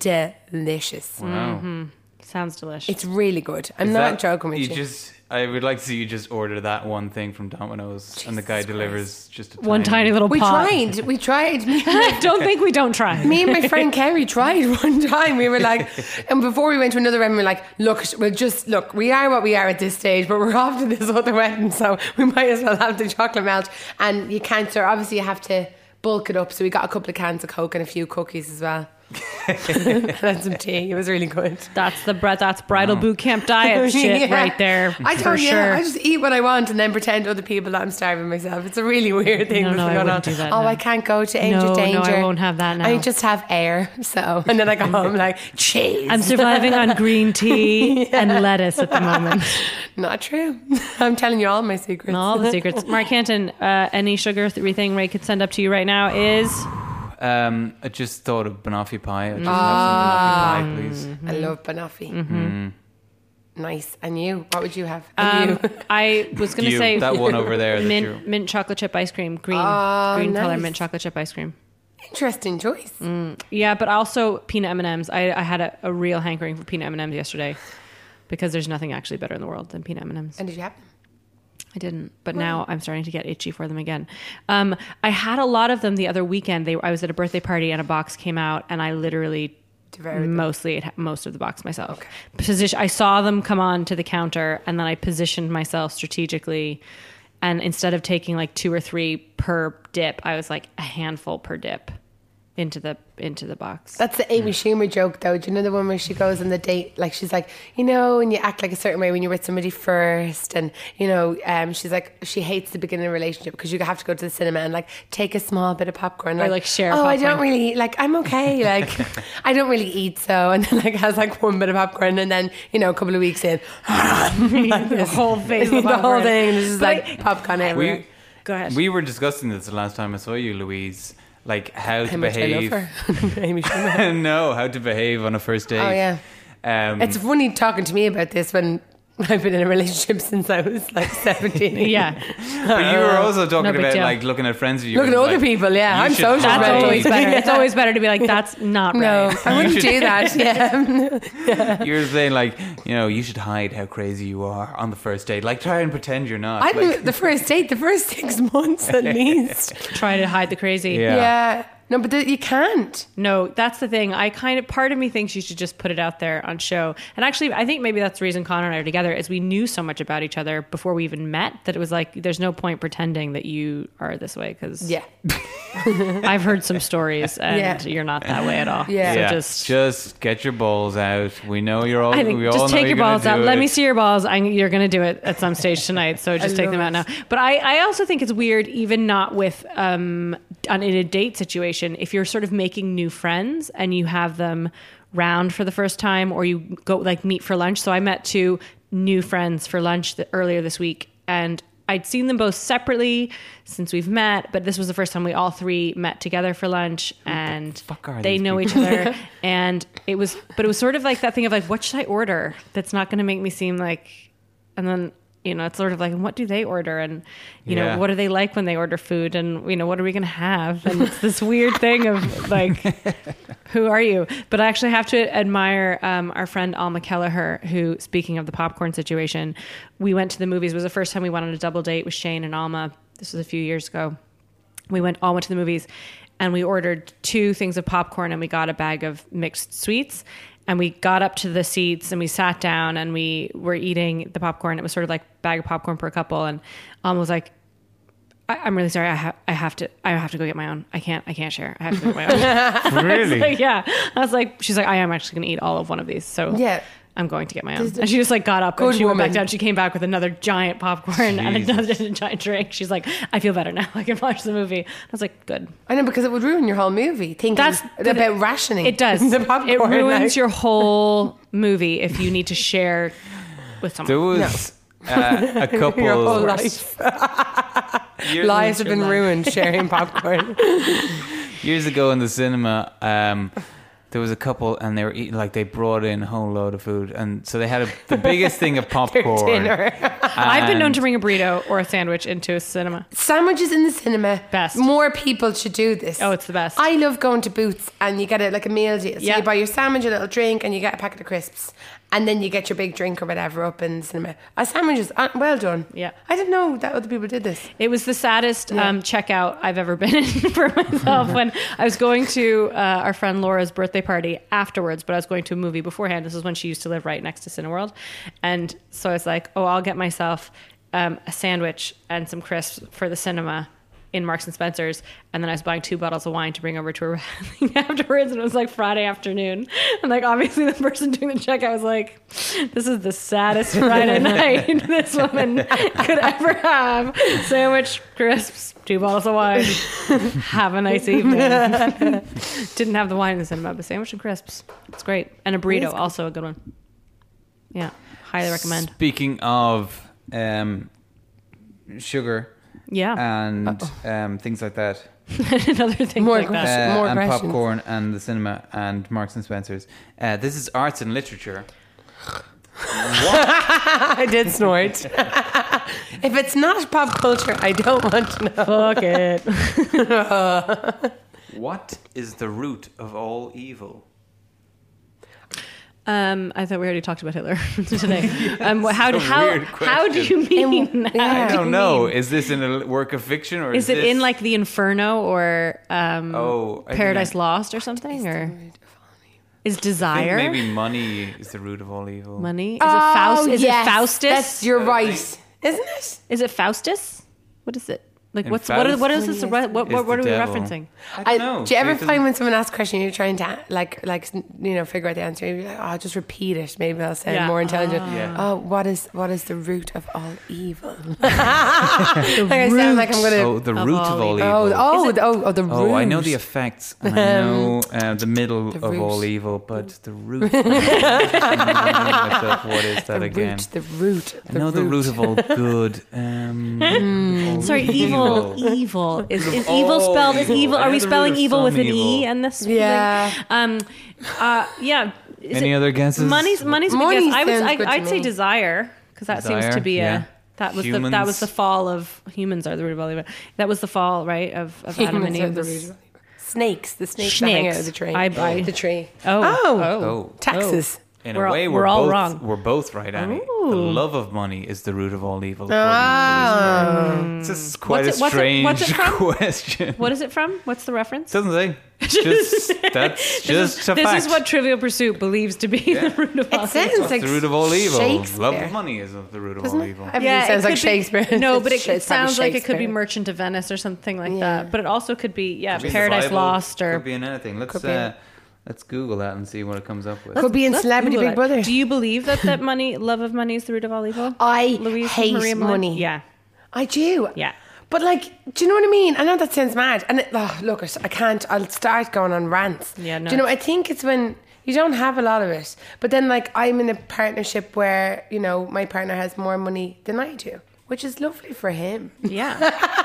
S3: delicious.
S2: wow
S1: Sounds delicious.
S3: It's really good. I'm
S2: Is
S3: not
S2: that-
S3: joking with you.
S2: you just I would like to see you just order that one thing from Domino's and the guy
S3: Jesus
S2: delivers just a
S1: One tiny little
S3: we
S1: pot.
S3: tried.
S2: [LAUGHS]
S3: We tried. Me, and my-
S1: [LAUGHS] I don't think we don't try.
S3: me and my friend Kerry tried [LAUGHS] one time. We were like, and before we went to another wedding, we were like, look, we'll just look. We are what we are at this stage, but we're [LAUGHS] off to this other wedding, so we might as well have the chocolate melt. And you can't, sir. Obviously, you have to bulk it up. So we got a couple of cans of Coke and a few cookies as well. [LAUGHS] and had some tea. It was really good.
S1: That's the bre- that's bridal boot camp
S3: [LAUGHS]
S1: diet shit
S3: Yeah.
S1: right there.
S3: I don't.
S1: for
S3: yeah,
S1: sure.
S3: I just eat what I want and then pretend to other people that I'm starving myself. It's a really weird thing
S1: No,
S3: that's
S1: no, I
S3: going on.
S1: wouldn't do that
S3: oh,
S1: now.
S3: I can't go to Angel
S1: No, no, I
S3: Danger.
S1: won't have that now.
S3: I just have air. So, [LAUGHS] and then I
S1: [LAUGHS]
S3: go home like cheese.
S1: I'm surviving on
S3: [LAUGHS]
S1: green tea and lettuce at the moment.
S3: Not true. [LAUGHS] I'm telling you all my secrets.
S1: All the secrets. Mark Canton, uh, any sugar th- thing Ray could send up to you right now is
S2: Um, I just thought of banoffee pie. I just have some banoffee pie, please.
S3: [LAUGHS] I love banoffee.
S1: Mm-hmm.
S3: Nice. And you? What would you have? And
S1: Um,
S3: you? [LAUGHS]
S1: I was going to
S2: You,
S1: say
S2: that one over there. that you're-
S1: mint, mint chocolate chip ice cream, green,
S3: Oh,
S1: green color
S3: nice.
S1: mint chocolate chip ice cream.
S3: Interesting choice.
S1: mm. Yeah, but also peanut M and M's. I, I had a, a real hankering for peanut M and M's yesterday because there's nothing actually better in the world than peanut M and M's.
S3: And did you have them?
S1: I didn't, but now I'm starting to get itchy for them again. Um, I had a lot of them the other weekend. They, I was at a birthday party and a box came out, and I literally
S3: Devoured them.
S1: mostly ate most of the box myself. Position. I saw them come on to the counter, and then I positioned myself strategically. And instead of taking like two or three per dip, I was like a handful per dip into the into the
S3: [LAUGHS]
S1: box.
S3: That's the
S1: Mm.
S3: Amy Schumer joke, though. Do you know the one where she goes on the date? Like, she's like, you know, and you act like a certain way when you're with somebody first. And, you know, um, she's like, she hates the beginning of a relationship because you have to go to the cinema and, like, take a small bit of popcorn. Like,
S1: like, share a
S3: Oh, I don't
S1: popcorn."
S3: really, like, I'm okay.
S1: [LAUGHS]
S3: Like, I don't really eat, so. [LAUGHS] And then, like, has, like, one bit of popcorn. And then, you know, a couple of
S1: [LAUGHS]
S3: weeks in, like
S1: the
S3: [LAUGHS]
S1: whole face,
S3: the
S1: of
S3: whole
S1: popcorn.
S3: thing. This is,
S1: But
S3: like,
S1: I-
S3: popcorn everywhere.
S2: We,
S1: Go ahead.
S2: we were discussing this the last time I saw you, Louise. Like how
S3: How
S2: to
S3: much I love
S2: behave.
S3: her. [LAUGHS] Amy Schumer.
S2: [LAUGHS]
S1: [LAUGHS]
S2: no, how to behave on a first date.
S3: Oh, yeah.
S2: Um,
S3: It's funny talking to me about this when I've been in a relationship [LAUGHS] since I was like 17.
S1: yeah,
S2: but you were
S3: uh,
S2: also talking
S1: No big
S2: about
S1: deal.
S2: like looking at friends of you.
S3: Look
S2: and
S3: at other
S2: like,
S3: people, yeah.
S2: you
S3: I'm
S2: should
S3: social
S2: hide.
S1: that's
S3: Right.
S1: always better.
S3: [LAUGHS]
S1: It's always better to be like, that's not
S3: No,
S1: right.
S3: I wouldn't
S2: should-
S3: do that. Yeah.
S2: You're saying like, you know, you should hide how crazy you are on the first date. Like try and pretend you're not.
S3: I'd
S2: Like,
S3: do the first date, the first six [LAUGHS] months at least.
S1: Try to hide the crazy.
S2: Yeah.
S3: Yeah. No, but th- you can't.
S1: No, that's the thing. I kind of part of me thinks you should just put it out there on show. And actually, I think maybe that's the reason Connor and I are together is we knew so much about each other before we even met that it was like there's no point pretending that you are this way because
S3: Yeah.
S1: I've heard some stories and
S3: Yeah.
S1: you're not that way at all.
S3: Yeah.
S1: so
S2: yeah,
S1: just.
S2: just get your balls out. We know you're all.
S1: I think
S2: we all
S1: just
S2: know
S1: take your
S2: you're gonna
S1: balls out.
S2: do [LAUGHS]
S1: Let
S2: it.
S1: me see your balls. i you're going to do it at some stage tonight.
S3: [LAUGHS]
S1: So just take
S3: love
S1: them out now.
S3: it.
S1: But I, I also think it's weird, even not with um, on, in a date situation, if you're sort of making new friends and you have them round for the first time, or you go like meet for lunch. So I met two new friends for lunch th- earlier this week, and. I'd seen them both separately since we've met, but this was the first time we all three met together for lunch, and
S2: fuck are
S1: they
S2: these
S1: know each
S2: [LAUGHS]
S1: each other and it was but it was sort of like that thing of like what should i order that's not going to make me seem like and then you know it's sort of like what do they order and you
S2: Yeah.
S1: know what do they like when they order food and you know what are we going to have and it's this weird thing
S2: [LAUGHS]
S1: of like who are you but i actually have to admire um, our friend alma kelleher who speaking of the popcorn situation we went to the movies it was the first time we went on a double date with shane and alma this was a few years ago we went all went to the movies and we ordered two things of popcorn and we got a bag of mixed sweets and we got up to the seats and we sat down and we were eating the popcorn it was sort of like bag of popcorn per couple and Alma was like I- I'm really sorry. I, ha- I have to. I have to go get my own. I can't. I can't share. I have to go get my own.
S2: Really?
S1: Like, yeah. I was like, she's like, I am actually going to eat all of one of these. So
S3: Yeah.
S1: I'm going to get my own. And she just like got up and
S3: Good
S1: she went
S3: woman.
S1: back down. She came back with another giant popcorn and
S2: Jesus.
S1: another [LAUGHS] giant drink. She's like, I feel better now. [LAUGHS] I can watch the movie. I was like, good.
S3: I know because it would ruin your whole movie thinking
S1: That's
S3: about rationing.
S1: It does.
S3: [LAUGHS] the popcorn.
S1: it ruins
S3: like-
S1: your whole movie if you need to share with someone.
S2: There was
S1: [LAUGHS]
S2: uh, a couple.
S3: your whole life.
S2: years,
S3: Lives have been
S1: life.
S3: ruined sharing popcorn.
S2: years ago in the cinema. Um, there was a couple, and they were eating like they brought in a whole load of food, and so they had a, the biggest thing
S1: [LAUGHS]
S2: of popcorn.
S3: dinner.
S1: I've been known
S2: and-
S1: to bring a burrito or a sandwich into a cinema.
S3: Sandwiches in the cinema.
S1: Best.
S3: More people should do this.
S1: Oh, it's the best.
S3: I love going to Boots and you get it like a meal deal. So
S1: Yeah.
S3: you buy your sandwich, a little drink, and you get a packet of crisps. And then you get your big drink or whatever up in the cinema. A sandwich is uh, well done.
S1: Yeah.
S3: I didn't know that other people did this.
S1: It was the saddest um, checkout I've ever been [LAUGHS] in for myself when I was going to uh, our friend Laura's birthday party afterwards, but I was going to a movie beforehand. This is when she used to live right next to Cineworld. And so I was like, oh, I'll get myself um, a sandwich and some crisps for the cinema in Marks and Spencer's. And then I was buying two bottles of wine to bring over to her [LAUGHS] afterwards. And it was like Friday afternoon. And like, obviously, the person doing the checkout was like, this is the
S2: [LAUGHS]
S1: saddest Friday night this woman could ever have. Sandwich, crisps, two bottles of wine. Have a
S2: [LAUGHS]
S1: nice evening. Didn't have the wine in the cinema, but sandwich and crisps. It's great. And a burrito, also a good one. Yeah. Highly recommend.
S2: Speaking of um, sugar
S1: Yeah. Oh.
S2: uh, and um, things like that,
S1: [LAUGHS] another thing
S3: More
S1: like
S2: uh, [LAUGHS]
S1: that.
S3: aggressive. More
S2: and
S3: questions.
S2: popcorn and the cinema and Marks and Spencers. Uh, this is arts and literature.
S3: I did snort. if it's not pop culture, I don't want to know.
S1: Fuck it.
S2: What is the root of all evil?
S1: Um, I thought we already talked about Hitler [LAUGHS]
S2: [LAUGHS]
S1: today. um, how
S2: a
S1: do how
S2: weird
S1: how do you
S2: question.
S1: mean? that?
S2: I
S3: Yeah.
S2: don't know. Is this in a work of fiction or
S1: Is
S2: is
S1: it
S2: this-
S1: in like the Inferno or um,
S2: Oh, I think
S1: Paradise
S2: I-
S1: Lost or something, or is
S2: I think
S1: desire
S2: Maybe money is the root of all evil.
S1: money? Is it Faust? Is it Faustus?
S3: Oh, That's, you're right, isn't it?
S1: Is it Faustus? What is it? Like
S2: In
S1: what's what, are, what is
S3: Faust?
S1: this? What what,
S2: Is
S1: what, what
S2: the
S1: are we
S2: devil.
S1: referencing?
S2: I don't know.
S3: do you ever
S2: Faith is-
S3: find when someone asks a question, you're trying to like, like you know, figure out the answer? You're like, oh, just repeat it. Maybe that'll sound
S1: Yeah. Ah.
S3: more intelligent.
S2: Yeah.
S3: Oh, what is what is the root of all
S1: [LAUGHS]
S3: evil? [LAUGHS] like I sound like I'm gonna.
S2: Oh,
S3: Oh,
S2: the
S1: Of
S2: root
S1: all
S2: of all evil.
S3: oh, the- oh, oh, the root.
S2: Oh, I know the effects. and I
S1: [LAUGHS]
S2: know uh, the middle
S3: the
S2: of all
S3: root.
S2: evil, but the root. I'm reminding myself, what is that
S3: the
S2: again?
S3: root. The root.
S2: I know the root of all good.
S1: [LAUGHS]
S2: Um, all
S1: Hmm. Sorry, evil. [LAUGHS] Evil is, is evil
S2: all
S1: spelled as
S2: Oh, evil.
S1: evil.
S2: I
S1: Are we
S2: had the root
S1: spelling
S2: of
S1: evil
S2: some
S1: with an e
S2: evil.
S1: and this?
S3: Yeah.
S1: thing? Um. Uh. Yeah. Is
S2: Any
S1: it-
S2: other guesses?
S1: Money's money's.
S3: Money
S1: Money I was.
S3: sounds
S1: I,
S3: good to
S1: I'd say
S3: me.
S1: desire because that seems
S2: Desire,
S1: to be a.
S2: yeah.
S1: That was the that
S2: Humans.
S1: was the fall of humans are the root of all evil. That was the fall, right? Of, of Adam and
S3: Humans are
S1: Eve.
S3: the
S1: was-
S3: root of all evil. Snakes. The snakes. that hang out of the tree.
S1: I- I-
S3: the tree.
S1: Oh.
S3: Oh.
S2: Oh.
S3: Texas.
S2: In
S1: We're
S2: a
S1: all-
S2: way,
S1: we're
S2: we're,
S1: all
S2: both,
S1: wrong.
S2: We're both right, Annie. The
S1: Ooh.
S2: love of money is the root of all evil. according to this. This is quite
S1: Ah.
S2: a
S1: What's it- what's it-
S2: strange
S1: what's it from?
S2: question.
S1: What is it from? What's the
S2: [LAUGHS]
S1: reference?
S2: Doesn't
S1: [LAUGHS]
S2: say. Just that's just
S1: this,
S2: a fact.
S1: is what Trivial Pursuit believes to be [LAUGHS] the root of all
S3: It sounds
S2: It's
S3: like
S2: the root of all evil. Love
S3: Shakespeare.
S2: of money is the root of
S3: Doesn't
S2: all
S3: it?
S2: evil.
S3: Everything sounds like
S1: [LAUGHS]
S3: Shakespeare.
S1: no,
S3: [LAUGHS]
S1: but
S3: It's
S1: it, it
S3: probably
S1: sounds like it could be
S3: Shakespeare.
S1: Merchant of Venice or something like
S3: Yeah.
S1: that. But it also could be yeah,
S2: Could be in the
S1: Paradise
S2: Bible,
S1: Lost or
S2: could be in anything. Let's
S3: Could be in-
S2: uh, let's Google that and see what it comes up with.
S3: Could be in
S1: Let's
S3: Celebrity
S1: Google
S3: Big
S1: it.
S3: Brother.
S1: Do you believe that
S3: [LAUGHS]
S1: that money, love of money, is the root of all evil?
S3: I hate
S1: Maria Moran?
S3: money. [LAUGHS]
S1: Yeah,
S3: I do.
S1: Yeah.
S3: But like, do you know what I mean? I know that sounds mad. And it, oh, look, I can't. I'll start going on rants.
S1: Yeah, no,
S3: Do you know? I
S1: it's-
S3: think it's when you don't have a lot of it. But then, like, I'm in a partnership where you know my partner has more money than I do, which is lovely for him.
S1: yeah.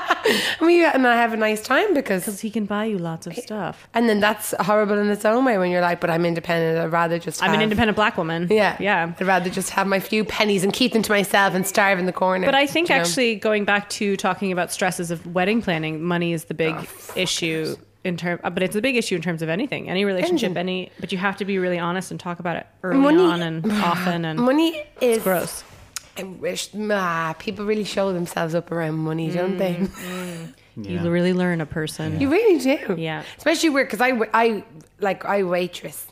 S3: And we and I have a nice time because.
S1: Because he can buy you lots of stuff.
S3: And then that's horrible in its own way when you're like, but I'm independent. I'd rather just.
S1: I'm an
S3: have-
S1: independent black woman.
S3: Yeah,
S1: yeah.
S3: I'd rather just have my few pennies and keep them to myself and starve in the corner.
S1: But I think
S3: do you know?
S1: actually going back to talking about stresses of wedding planning, money is the big
S3: Oh,
S1: issue in term. uh, But it's a big issue in terms of anything, any relationship,
S3: Engine.
S1: any. But you have to be really honest and talk about it early
S3: Money-
S1: on
S3: [LAUGHS]
S1: and often and
S3: money is
S1: gross.
S3: I wish ah, people really show themselves up around money, don't they?
S1: Mm. You really learn a person.
S3: [LAUGHS] You really do.
S1: Yeah.
S3: Especially where, because I, wa- I, like, I waitress.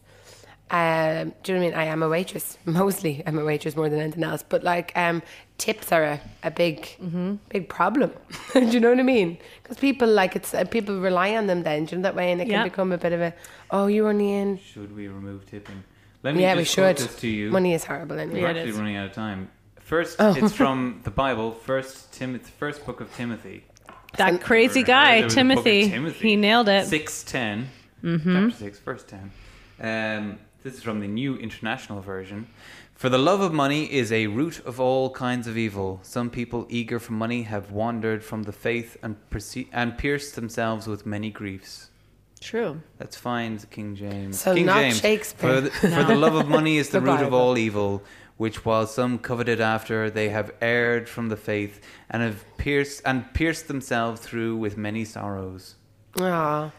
S3: Um, do you know what I mean? I am a waitress. [LAUGHS] Mostly, I'm a waitress more than anything else. But like, um, tips are a, a big,
S1: Mm-hmm.
S3: big problem. [LAUGHS] do you know what I mean? Because people like it's uh, people rely on them then. Do you know that way, and it
S1: Yeah.
S3: can become a bit of a oh, you're only in.
S2: Should we remove tipping? Let me
S3: yeah,
S2: just
S3: we
S2: quote
S3: should.
S2: this to you.
S3: Money is horrible anyway.
S2: We're
S1: Yeah, it
S2: actually
S1: is. Oh.
S2: running out of time. First, it's
S1: [LAUGHS]
S2: from the Bible. First Timothy, first book of Timothy.
S1: That crazy guy,
S2: There was a book of
S1: Timothy,
S2: Timothy.
S1: he nailed it. Mm-hmm.
S2: Six ten, chapter six, verse ten. Um, this is from the New International Version. For the love of money is a root of all kinds of evil. Some people eager for money have wandered from the faith and perce- and pierced themselves with many griefs.
S1: True.
S2: Let's find King James.
S3: So
S2: King
S3: not
S2: James.
S3: Shakespeare.
S2: For the, for the love of money
S3: [LAUGHS]
S2: is the,
S3: The
S2: root of
S3: Bible.
S2: all evil, which while some coveted after, they have erred from the faith and have pierced and pierced themselves through with many sorrows.
S3: Aw.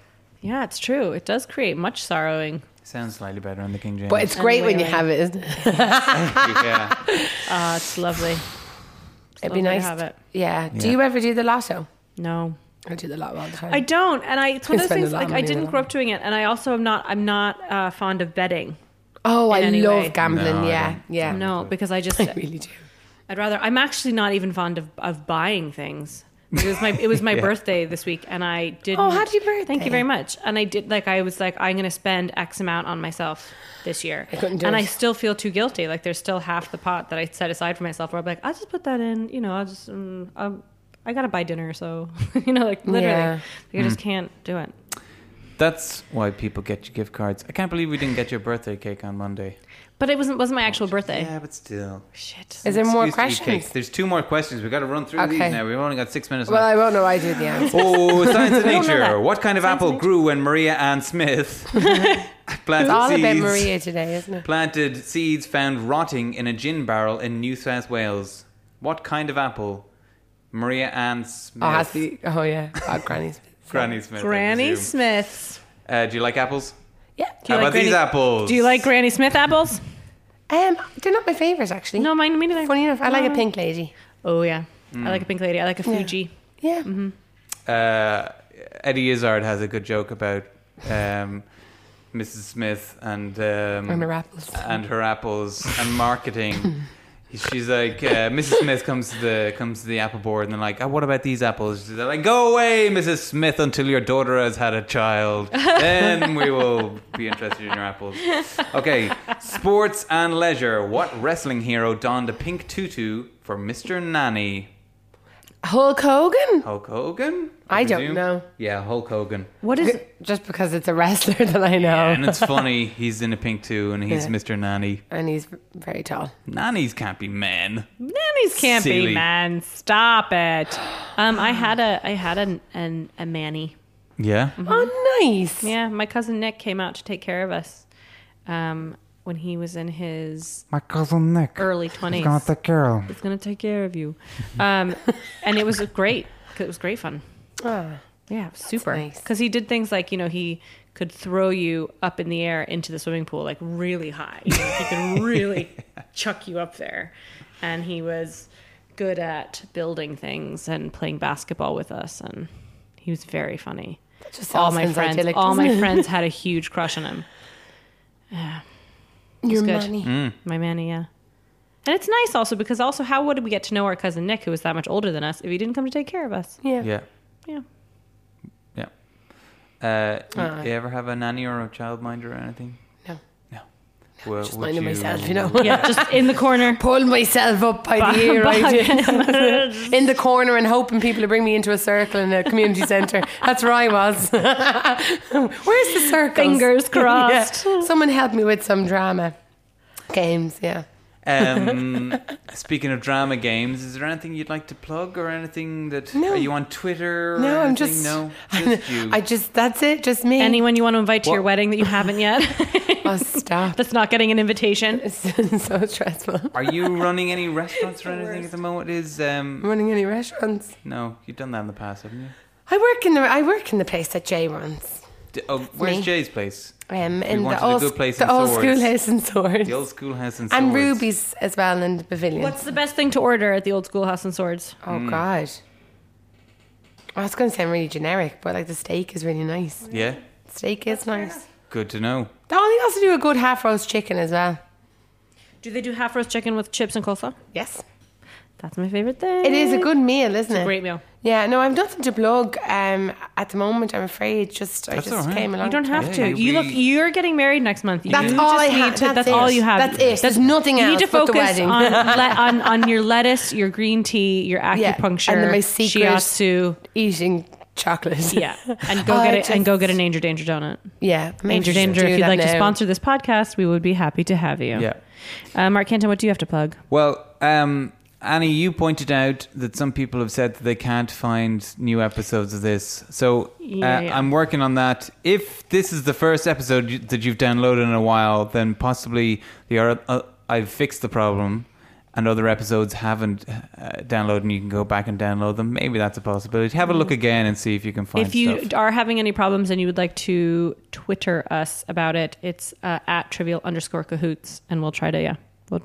S1: Yeah, it's true. It does create much sorrowing.
S2: Sounds slightly better on the King James.
S3: But it's great when you
S1: Unwavering.
S3: have it, isn't it? [LAUGHS]
S2: yeah.
S1: Ah, it's
S3: [SIGHS]
S1: lovely.
S3: It'd
S1: lovely
S3: be
S1: to
S3: nice.
S1: have it.
S3: Yeah. Do
S2: Yeah.
S3: you ever do the lotto?
S1: No.
S3: I do the lotto all the time.
S1: I don't, and I it's one of those
S3: spend a
S1: things
S3: lot
S1: like
S3: of
S1: I
S3: money
S1: didn't
S3: with
S1: grow up doing it, and I also am not I'm not uh, fond of betting.
S3: oh, I
S1: in any
S3: love
S1: way.
S2: No,
S3: gambling.
S2: I
S3: yeah,
S2: don't.
S3: yeah.
S1: No, because
S2: [LAUGHS]
S1: I [LAUGHS] just
S3: [LAUGHS] I really do.
S1: I'd rather. I'm actually not even fond of, of buying things. It was my it [LAUGHS] was my birthday this week, and I did.
S3: Oh, happy birthday.
S1: Thank you very much. And I did like I was like I'm going to spend X amount on myself this year,
S3: I couldn't do
S1: and
S3: it.
S1: I still feel too guilty. Like there's still half the pot that I set aside for myself. Where I'm like, I'll just put that in. You know, I'll just um, [LAUGHS] I'll, I gotta buy dinner, so you know, like literally,
S3: Yeah.
S1: like, I just can't do it.
S2: That's why people get you gift cards. I can't believe we didn't get your birthday cake on Monday.
S1: But it wasn't wasn't my actual birthday.
S2: Yeah, but still.
S1: Shit.
S3: Is there
S2: Excuse to
S3: more
S2: eat
S3: questions?
S2: cakes. There's two more questions. We've got to run through
S3: Okay.
S2: these now. We've only got six minutes
S3: Well,
S2: left.
S3: I won't know. I do [LAUGHS] the answer.
S2: [LAUGHS] Oh, science
S1: [LAUGHS]
S2: of
S1: don't know
S2: nature.
S1: that.
S2: What kind of
S1: Science of
S2: apple
S1: nature.
S2: grew when Maria Ann
S1: [LAUGHS]
S2: Smith planted
S3: It's all
S2: seeds?
S3: about Maria today, isn't [LAUGHS] it?
S2: Planted seeds found rotting in a gin barrel in New South Wales. What kind of apple? Maria Ann Smith.
S1: Ah,
S3: Oh, has to be. Oh, yeah. God, Granny's.
S2: Granny Smith. I
S1: Granny
S2: presume.
S1: Smith's.
S2: Uh, do you like apples?
S3: Yeah.
S1: Do you
S2: How
S1: like
S2: about these
S1: Granny-
S2: apples?
S1: Do you like Granny Smith apples?
S3: Um, they're not my favourites, actually.
S1: No, mine, me neither. Uh,
S3: Funny enough, I like a pink lady.
S1: Oh yeah, I like a pink lady. I like a Fuji.
S3: Yeah.
S2: uh, Eddie Izzard has a good joke about um, Mrs. Smith and um,
S3: And her apples.
S2: and her apples and marketing. [CLEARS THROAT] She's like, uh, Mrs. Smith comes to the comes to the apple board and they're like, oh, what about these apples? They're like, go away, Mrs. Smith, until your daughter has had a
S3: [LAUGHS]
S2: child. Then we will be interested in your apples. Okay, sports and leisure. What wrestling hero donned a pink tutu for Mr. Nanny?
S1: Mm-hmm.
S3: Hulk Hogan? [LAUGHS]
S2: Hulk Hogan?
S3: I don't
S2: presume?
S3: know.
S2: Yeah, Hulk Hogan.
S1: What is?
S3: Just because it's a wrestler [LAUGHS] that I know.
S2: And it's funny, he's in a pink too, and he's
S3: Yeah.
S2: Mr. Nanny.
S3: And he's very tall.
S1: Mm-hmm.
S2: Nannies can't be men.
S1: Nannies can't
S2: Silly.
S1: be man. Stop [GASPS] it. Um, I had a I had an, an a manny.
S2: Yeah.
S3: Oh, nice.
S1: Yeah, my cousin Nick came out to take care of us. Um, when he was in his
S4: My cousin Nick.
S1: early twenties,
S4: Gonna take care of him.
S1: he's gonna take care of you. Um, and it was great. 'cause It was great fun.
S3: Ah.
S1: Yeah, super.
S3: nice.
S1: Because he did things like you know he could throw you up in the air into the swimming pool like really high. You know, he
S3: [LAUGHS]
S1: could really chuck you up there, and he was good at building things and playing basketball with us, and he was very funny.
S3: Just
S1: all
S3: all
S1: my
S3: sounds
S1: friends,
S3: idyllic,
S1: all
S3: doesn't [LAUGHS]
S1: my
S3: it?
S1: friends had a huge crush on him.
S3: Your
S1: good.
S3: money.
S1: My manny, yeah. And it's nice also because also how would we get to know our cousin Nick, who was that much older than us, if he didn't come to take care of
S3: [LAUGHS]
S1: us?
S3: Yeah.
S2: Yeah.
S1: Yeah.
S2: Yeah. Uh, you-
S3: Uh.
S2: you ever have a nanny or a childminder or anything?
S3: No.
S2: No. Well,
S3: Just
S2: would
S3: minding
S2: you-
S3: myself, you
S2: [LAUGHS]
S3: know.
S1: Yeah, just in the
S3: [LAUGHS]
S1: corner.
S3: Pull myself up by the ear, I
S1: [LAUGHS]
S3: did. [LAUGHS] in the corner and hoping people to bring me into a circle in a community centre. That's where I was. [LAUGHS] Where's the circle? [LAUGHS]
S1: Fingers crossed.
S3: Someone help me with some drama. Games, yeah. [LAUGHS]
S2: Um, speaking of drama games, is there anything you'd like to plug or anything that
S3: No.
S2: are you on Twitter? Or
S3: No, I'm
S2: anything?
S3: just.
S2: no. Just you.
S3: [LAUGHS] I just. That's it. Just me.
S1: Anyone you want to invite to your
S2: What?
S1: wedding that you haven't
S3: [LAUGHS]
S1: yet [LAUGHS]
S3: Oh, stop.
S1: that's not getting an invitation.
S3: It's so stressful.
S2: Are you running
S3: [LAUGHS]
S2: any restaurants or anything at the moment? Is um,
S3: Running any restaurants?
S2: no, you've done that in the past, haven't you?
S3: I work in the. I work in the place that Jay runs.
S2: D- oh, where's
S3: me.
S2: Jay's place?
S3: Um, in
S2: wanted
S3: the
S2: a
S3: old,
S2: good place
S3: the
S2: in
S3: old
S2: Swords.
S3: schoolhouse in Swords.
S2: The old schoolhouse in
S3: and
S2: Swords.
S3: rubies as well in the pavilion.
S1: What's the best thing to order at the old schoolhouse and swords?
S3: oh god. Oh, it's going to sound really generic, but like the steak is really nice.
S2: Yeah,
S3: Steak is nice.
S2: good to know.
S3: They only also do a good half roast chicken as well.
S1: Do they do half roast chicken with chips and coleslaw?
S3: Yes,
S1: That's my favorite thing.
S3: it is a good meal, isn't it?
S1: Mm. great meal.
S3: Yeah, no, I've nothing to plug um, at the moment. I'm afraid. Just
S2: That's
S3: I just
S2: all right.
S3: came along.
S1: You don't have
S2: Yeah,
S1: to.
S2: you-
S1: You look.
S2: we-
S1: You're getting married next month. You
S3: That's
S1: just
S3: all I
S1: need
S3: have.
S1: to-
S3: That's,
S1: that's
S3: it.
S1: all you have.
S3: That's it. There's nothing
S1: You
S3: else.
S1: need to
S3: but the
S1: focus
S3: wedding. [LAUGHS]
S1: on, le- on on your lettuce, your green tea, your
S3: Yeah,
S1: acupuncture,
S3: and then my secret- [LAUGHS]
S1: shiatsu.
S3: eating chocolate.
S1: Yeah, and go
S3: [LAUGHS] I
S1: get it. and
S3: just-
S1: go get an Angel Danger donut.
S3: yeah. maybe
S1: Angel
S3: we should
S1: Danger,
S3: do
S1: if you'd
S3: that
S1: like to
S3: now.
S1: sponsor this podcast, we would be happy to have you.
S2: Yeah.
S1: Uh, Mark Canton, what do you have to plug?
S2: Well, um, Annie, you pointed out that some people have said that they can't find new episodes of this. So
S1: Yeah,
S2: uh,
S1: yeah.
S2: I'm working on that. If this is the first episode you- that you've downloaded in a while, then possibly the or- uh, I've fixed the problem. And other episodes haven't uh, downloaded, and you can go back and download them. Maybe that's a possibility. Have a look again and see if you can find.
S1: Mm. if you [LAUGHS]
S2: stuff.
S1: are having any problems and you would like to Twitter us about it, it's uh, at trivial underscore cahoots, and we'll try to yeah. We'll,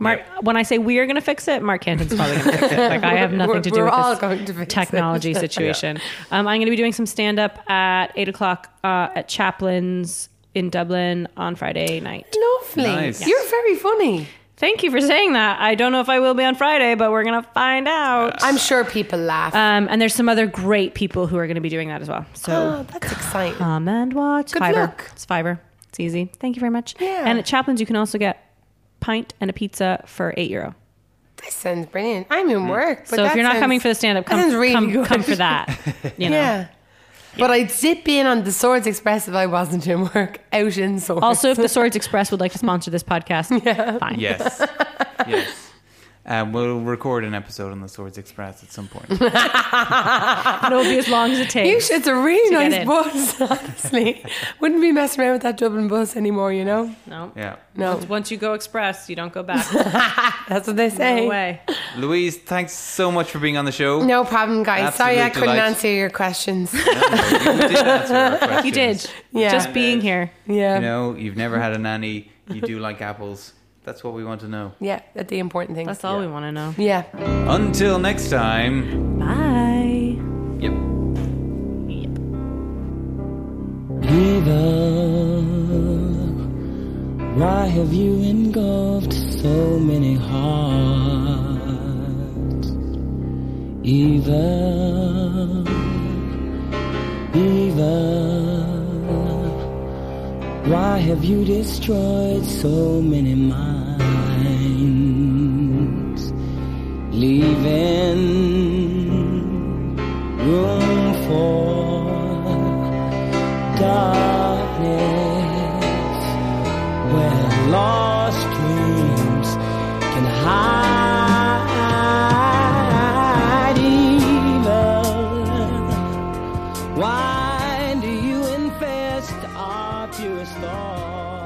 S1: Mark, when I say we are going to fix it, Mark Canton's probably going to
S3: [LAUGHS]
S1: fix it. Like I have nothing
S3: We're-
S1: to do
S3: we're
S1: with
S3: all
S1: this
S3: going to fix it. [LAUGHS]
S1: technology situation. Um, I'm going to be doing some stand up at eight o'clock uh, at Chaplin's in Dublin on Friday night.
S3: Lovely.
S2: Nice. Yeah.
S3: You're very funny.
S1: Thank you for saying that. I don't know if I will be on Friday, but we're going to find out.
S3: I'm sure people laugh.
S1: Um, and there's some other great people who are going to be doing that as well.
S3: [GASPS]
S1: So [GASPS]
S3: oh, that's exciting.
S1: Come Um, and watch.
S3: Good
S1: Fiverr.
S3: luck.
S1: It's Fiverr. It's easy. Thank you very much.
S3: Yeah.
S1: And at Chaplin's, you can also get pint and a pizza for eight euro.
S3: This sounds brilliant. I'm in work. But
S1: Mm. so if
S3: that
S1: you're not
S3: sounds-
S1: coming for the stand up,
S3: that
S1: come,
S3: [LAUGHS] sounds really
S1: come,
S3: good.
S1: come for that. You know.
S3: yeah. But I'd zip in on the Swords Express if I wasn't in work, out in Swords.
S1: Also, if the Swords Express would like to sponsor this
S3: [LAUGHS]
S1: podcast, fine.
S2: Yes. yes. Um, we'll record an episode on the Swords Express at some point.
S1: [LAUGHS] It'll be as long as it
S3: You
S1: takes.
S3: should- it's a really
S1: To get
S3: nice
S1: in.
S3: bus, [LAUGHS] honestly. Wouldn't be messing around with that Dublin bus anymore, you know?
S1: No.
S2: Yeah.
S3: No,
S1: Once- Once you go express, you don't go
S3: [LAUGHS]
S1: back.
S3: that's what they
S1: No
S3: say.
S1: way.
S2: Louise, thanks so much for being on the show.
S3: No problem, guys. Sorry I
S2: Absolute
S3: couldn't
S2: delight.
S3: answer your questions.
S2: No, no, you did answer our questions.
S1: [LAUGHS] You did.
S3: Yeah.
S1: Just being here.
S3: Yeah.
S2: [LAUGHS] You know, you've never had a nanny. You do like apples. That's what we want to know.
S3: Yeah, that's the important thing.
S1: That's all we want to know.
S3: yeah.
S2: Until next time.
S1: Bye.
S2: Yep.
S4: Give up. Why have you engulfed so many hearts? Evil, evil. Why have you destroyed so many minds? Leaving room for darkness where lost dreams can hide evil. Why do you infest our purest thoughts?